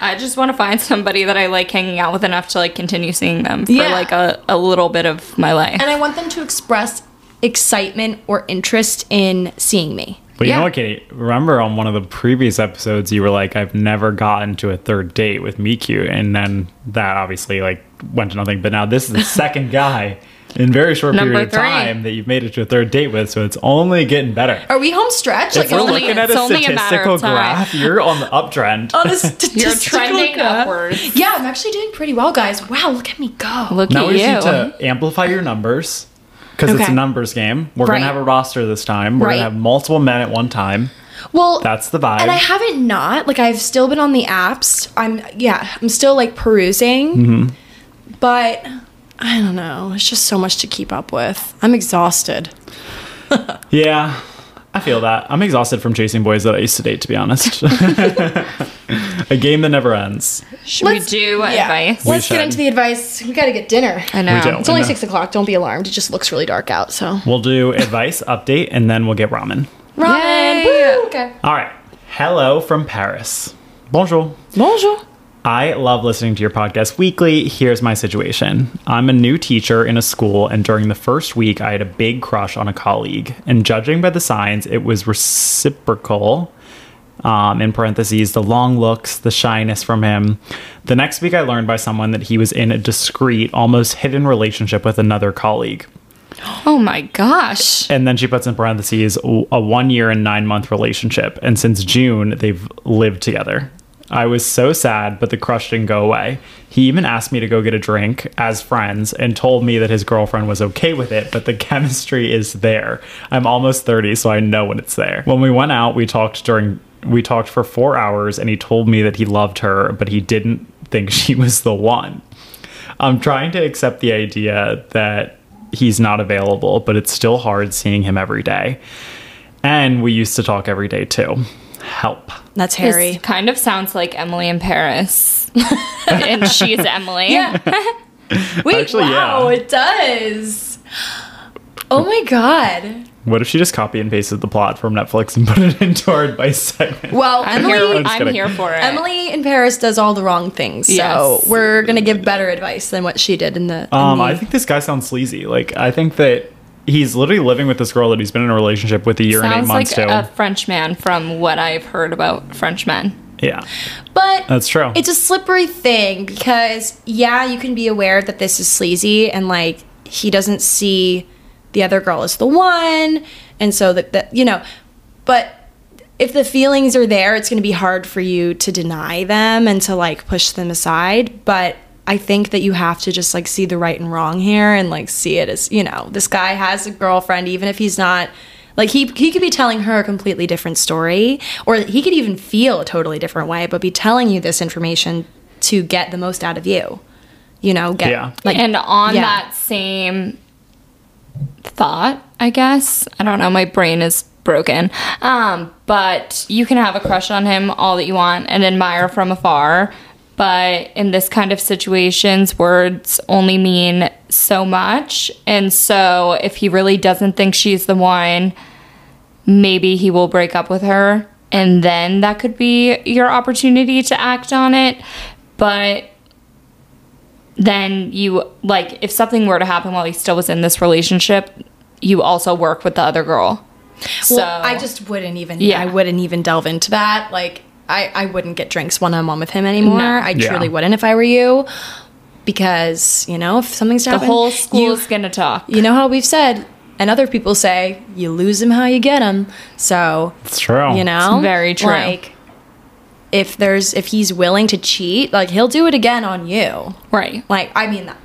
I just want to find somebody that I like hanging out with enough to like continue seeing them for
Yeah.
like a, a little bit of my life.
and i want them to express excitement or interest in seeing me
But you
Yeah.
know what, Katie? Remember on one of the previous episodes, you were like, "I've never gotten to a third date with me cute," and then that obviously like went to nothing. But now this is the second [laughs] guy in a very short
Number
period of
three.
time that you've made it to a third date with, so it's only getting better.
are we home stretch
If we're
only-
looking at a
it's only a matter
statistical
of time. Oh,
graph, you're on the uptrend.
on the statistical
[laughs] You're trending
graph.
upwards.
Yeah, I'm actually doing pretty well, guys. Wow, look at me go.
Look
now
at
we
you.
just need to amplify your numbers because it's
Okay.
a numbers game. We're
Right.
gonna have a roster this time. We're
Right.
gonna have multiple men at one time.
well,
That's the vibe.
And I haven't not like I've still been on the apps. I'm yeah, I'm still like perusing, but I don't know. It's just so much to keep up with. I'm exhausted.
Yeah, I feel that. I'm exhausted from chasing boys that I used to date, to be honest. [laughs] a game that never ends.
Should we
Let's-
do advice?
Let's get
should.
into the advice. We got to get dinner.
I know.
We don't.
It's only
No.
six o'clock. Don't be alarmed. It just looks really dark out. So
We'll do advice, update, and then we'll get ramen.
ramen.
Yay.
Woo. Okay.
All right. Hello from Paris. Bonjour.
Bonjour.
I love listening to your podcast weekly. Here's my situation I'm a new teacher in a school, and during the first week, I had a big crush on a colleague. And judging by the signs, it was reciprocal. um, in parentheses, the long looks, the shyness from him. The next week, I learned by someone that he was in a discreet, almost hidden relationship with another colleague.
Oh my gosh.
And then she puts in parentheses a one year and nine month relationship. And since June, they've lived together. I was so sad, but the crush didn't go away. He even asked me to go get a drink as friends and told me that his girlfriend was okay with it, but the [laughs] chemistry is there. I'm almost 30, so I know when it's there. When we went out, we talked during we talked for 4 hours and he told me that he loved her, but he didn't think [laughs] she was the one. I'm trying to accept the idea that he's not available, but it's still hard seeing him every day. And we used to talk every day too. Help.
That's
This
Harry.
kind of sounds like Emily in
[laughs]
Paris. and she's Emily.
Wait,
Actually,
wow,
yeah.
it does. Oh my god.
What if she just copy and pasted the plot from Netflix and [laughs] put it into our advice segment?
Well,
I'm,
Emily
here,
I'm just
I'm
kidding.
here for it.
Emily in Paris does all the wrong things. So
Yes.
we're gonna give better advice than what she did in the. in
Um,
the-
I think this guy sounds sleazy. Like, I think that he's literally living with this girl that he's been in a relationship with a year and eight
Sounds like
months
a
to.
French man from what I've heard about French men.
yeah,
but
that's true.
it's a slippery thing because yeah, you can be aware that this is sleazy and like he doesn't see the other girl as the one, and so that that you know, but if the feelings are there, it's going to be hard for you to deny them and to like push them aside, but. I think that you have to just like see the right and wrong here and like see it as, you know, this guy has a girlfriend even if he's not like he he could be telling her a completely different story or he could even feel a totally different way but be telling you this information to get the most out of you you know get
Yeah.
like
and on
yeah.
that same thought, I guess. I don't know, my brain is broken. Um, but you can have a crush on him all that you want and admire from afar. But in this kind of situations, words only mean so much. And so if he really doesn't think she's the one, maybe he will break up with her and then that could be your opportunity to act on it but then you like if something were to happen while he still was in this relationship you also work with the other girl so
well, I just wouldn't even
Yeah.
I wouldn't even delve into that like I I wouldn't get drinks one on one with him anymore
No.
I
Yeah.
truly wouldn't if I were you because you know if something's
the
happened
whole school's gonna talk
you know how we've said and other people say you lose him how you get him so
it's true.
you know
It's very true.
like if there's if he's willing to cheat like he'll do it again on you
right
like i mean that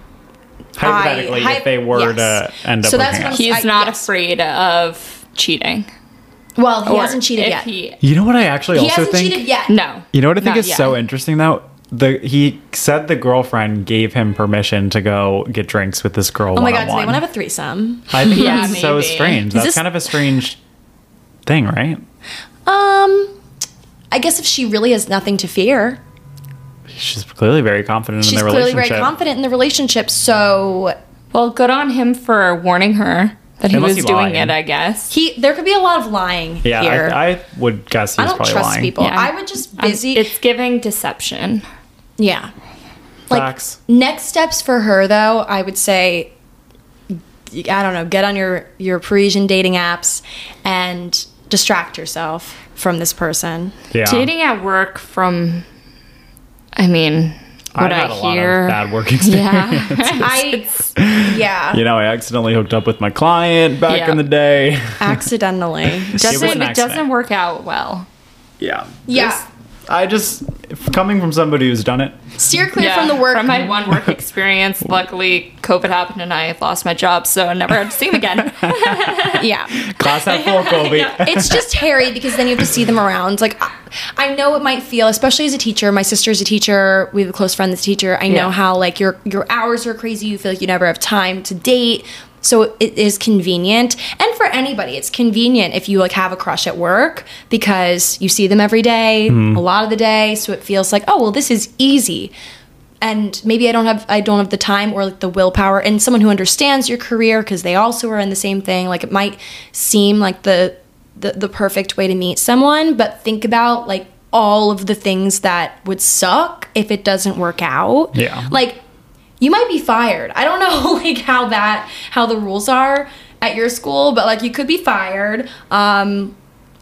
hypothetically,
I-
if they were
yes.
to end up,
So
with
that's
hooking
what
up.
I'm
he's
I-
not
yes.
afraid of cheating
well he
Or
hasn't cheated
if
yet he,
he,
you know what I actually also
hasn't
think.
cheated yet
no
You know what I think
Not
is
yet.
so interesting though? The he said the girlfriend gave him permission to go get drinks with this girl.
oh my god do they
one-on-one.
want to have a threesome
I think
Yeah,
that's so
maybe.
strange.
Is
That's
this-
kind of a strange thing, right?
um i guess if she really has nothing to fear
She's clearly very confident in
she's
the
clearly
relationship.
very confident in the relationship so
well good on him for warning her that he
Unless
was
he
doing it
lied.
i guess
he there could be a lot of lying
Yeah,
here
I, I would guess he's
I don't
probably
trust
lying.
people
Yeah.
i would just
I'm-
busy
Um, it's giving deception
Yeah.
Facts.
Like next steps for her though, I would say I don't know, get on your your Parisian dating apps and distract yourself from this person.
Yeah.
Dating at work from, I mean, what
I've had
I
a lot
hear.
of bad work experience.
[laughs]
[laughs]
yeah.
I yeah,
You know, I accidentally hooked up with my client back
Yeah.
in the day. [laughs]
accidentally.
It was an
doesn't, it
accident.
doesn't work out well.
Yeah.
Yeah.
I just coming from somebody who's done it.
Steer clear from the work.
From my one work experience, luckily COVID happened and I lost my job, so I never had to see him
[laughs]
again.
yeah.
Class half full, Colby.
[laughs] It's just hairy because then you have to see them around. Like, I- I know it might feel, especially as a teacher. My sister's a teacher. We have a close friend that's a teacher. I know
Yeah.
how like your your hours are crazy. You feel like you never have time to date. So it is convenient, and for anybody, it's convenient if you like have a crush at work because you see them every day, a lot of the day. So it feels like, oh well, this is easy and maybe I don't have I don't have the time or like the willpower and someone who understands your career because they also are in the same thing. Like it might seem like the, the the perfect way to meet someone, but think about like all of the things that would suck if it doesn't work out.
Yeah.
Like you might be fired. I don't [laughs] know like how that how the rules are at your school, but like you could be fired. Um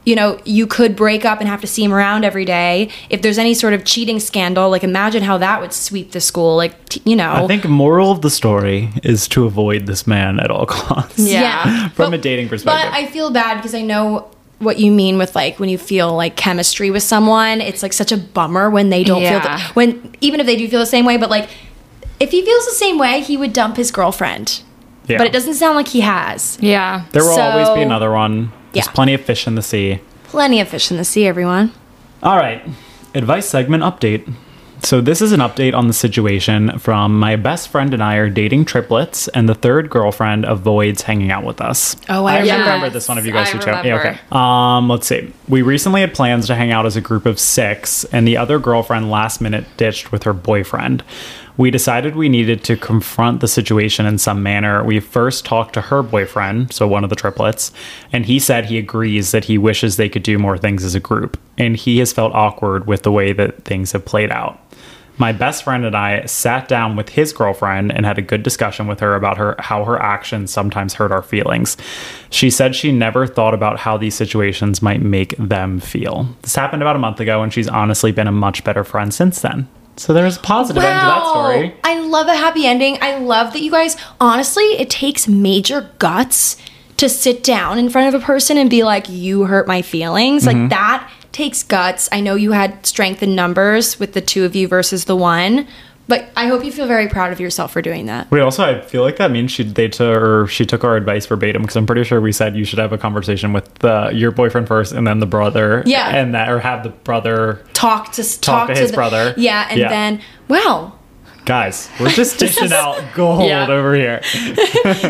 you know, you could break up and have to see him around every day. If there's any sort of cheating scandal, like imagine how that would sweep the school. Like, t- you know. [laughs]
I think moral of the story is to avoid this man at all [laughs] costs.
Yeah.
From a dating perspective.
But I feel bad because I know what you mean with like when you feel like chemistry with someone. It's like such a bummer when they don't feel
Yeah.
the, when even if they do feel the same way. But like if he feels the same way, he would dump his girlfriend.
Yeah.
But it doesn't sound like he has.
Yeah.
There will
So-
always be another one. There's
Yeah.
plenty of fish in the sea.
Plenty of fish in the sea, everyone.
All right. Advice segment update. So, this is an update on the situation from my best friend and I are dating triplets, and the third girlfriend avoids hanging out with us.
Oh, I
remember,
remember.
this one of you
Yes,
guys who
I
chose. Yeah, okay.
remember.
Um, let's see. We recently had plans to hang out as a group of six, and the other girlfriend last minute ditched with her boyfriend. We decided we needed to confront the situation in some manner. We first talked to her boyfriend, so one of the triplets, and he said he agrees that he wishes they could do more things as a group, and he has felt awkward with the way that things have played out. My best friend and I sat down with his girlfriend and had a good discussion with her about her how her actions sometimes hurt our feelings. She said she never thought about how these situations might make them feel. This happened about a month ago and she's honestly been a much better friend since then. So there's a positive end to that story.
I love a happy ending. I love that you guys, honestly, it takes major guts to sit down in front of a person and be like, you hurt my feelings.
Mm-hmm.
Like, that takes guts. I know you had strength in numbers with the two of you versus the one, but I hope you feel very proud of yourself for doing that.
Wait, also I feel like that means she they took or she took our advice verbatim because I'm pretty sure we said you should have a conversation with the, your boyfriend first and then the brother.
Yeah.
And that or have the brother
Talk to
Talk to his
the,
brother.
Yeah, and
Yeah.
then, wow,
guys, we're just dishing out gold
Yeah.
over here.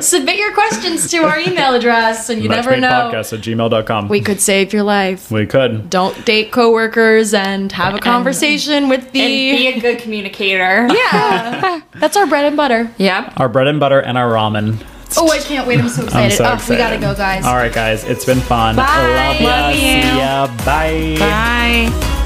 submit your questions to
[laughs]
our email address, and you never know.
podcast at gmail.com.
We could save your life.
we could.
Don't date coworkers and have a conversation with the
And be a good communicator.
[laughs] Yeah. [laughs] That's our bread and butter.
Yep.
Our bread and butter and our ramen.
Oh, I can't wait. I'm so
I'm
excited.
so
oh, we
excited.
gotta go, guys.
All right, guys. It's been fun.
Bye.
Love ya.
Love you.
See ya. Bye.
Bye.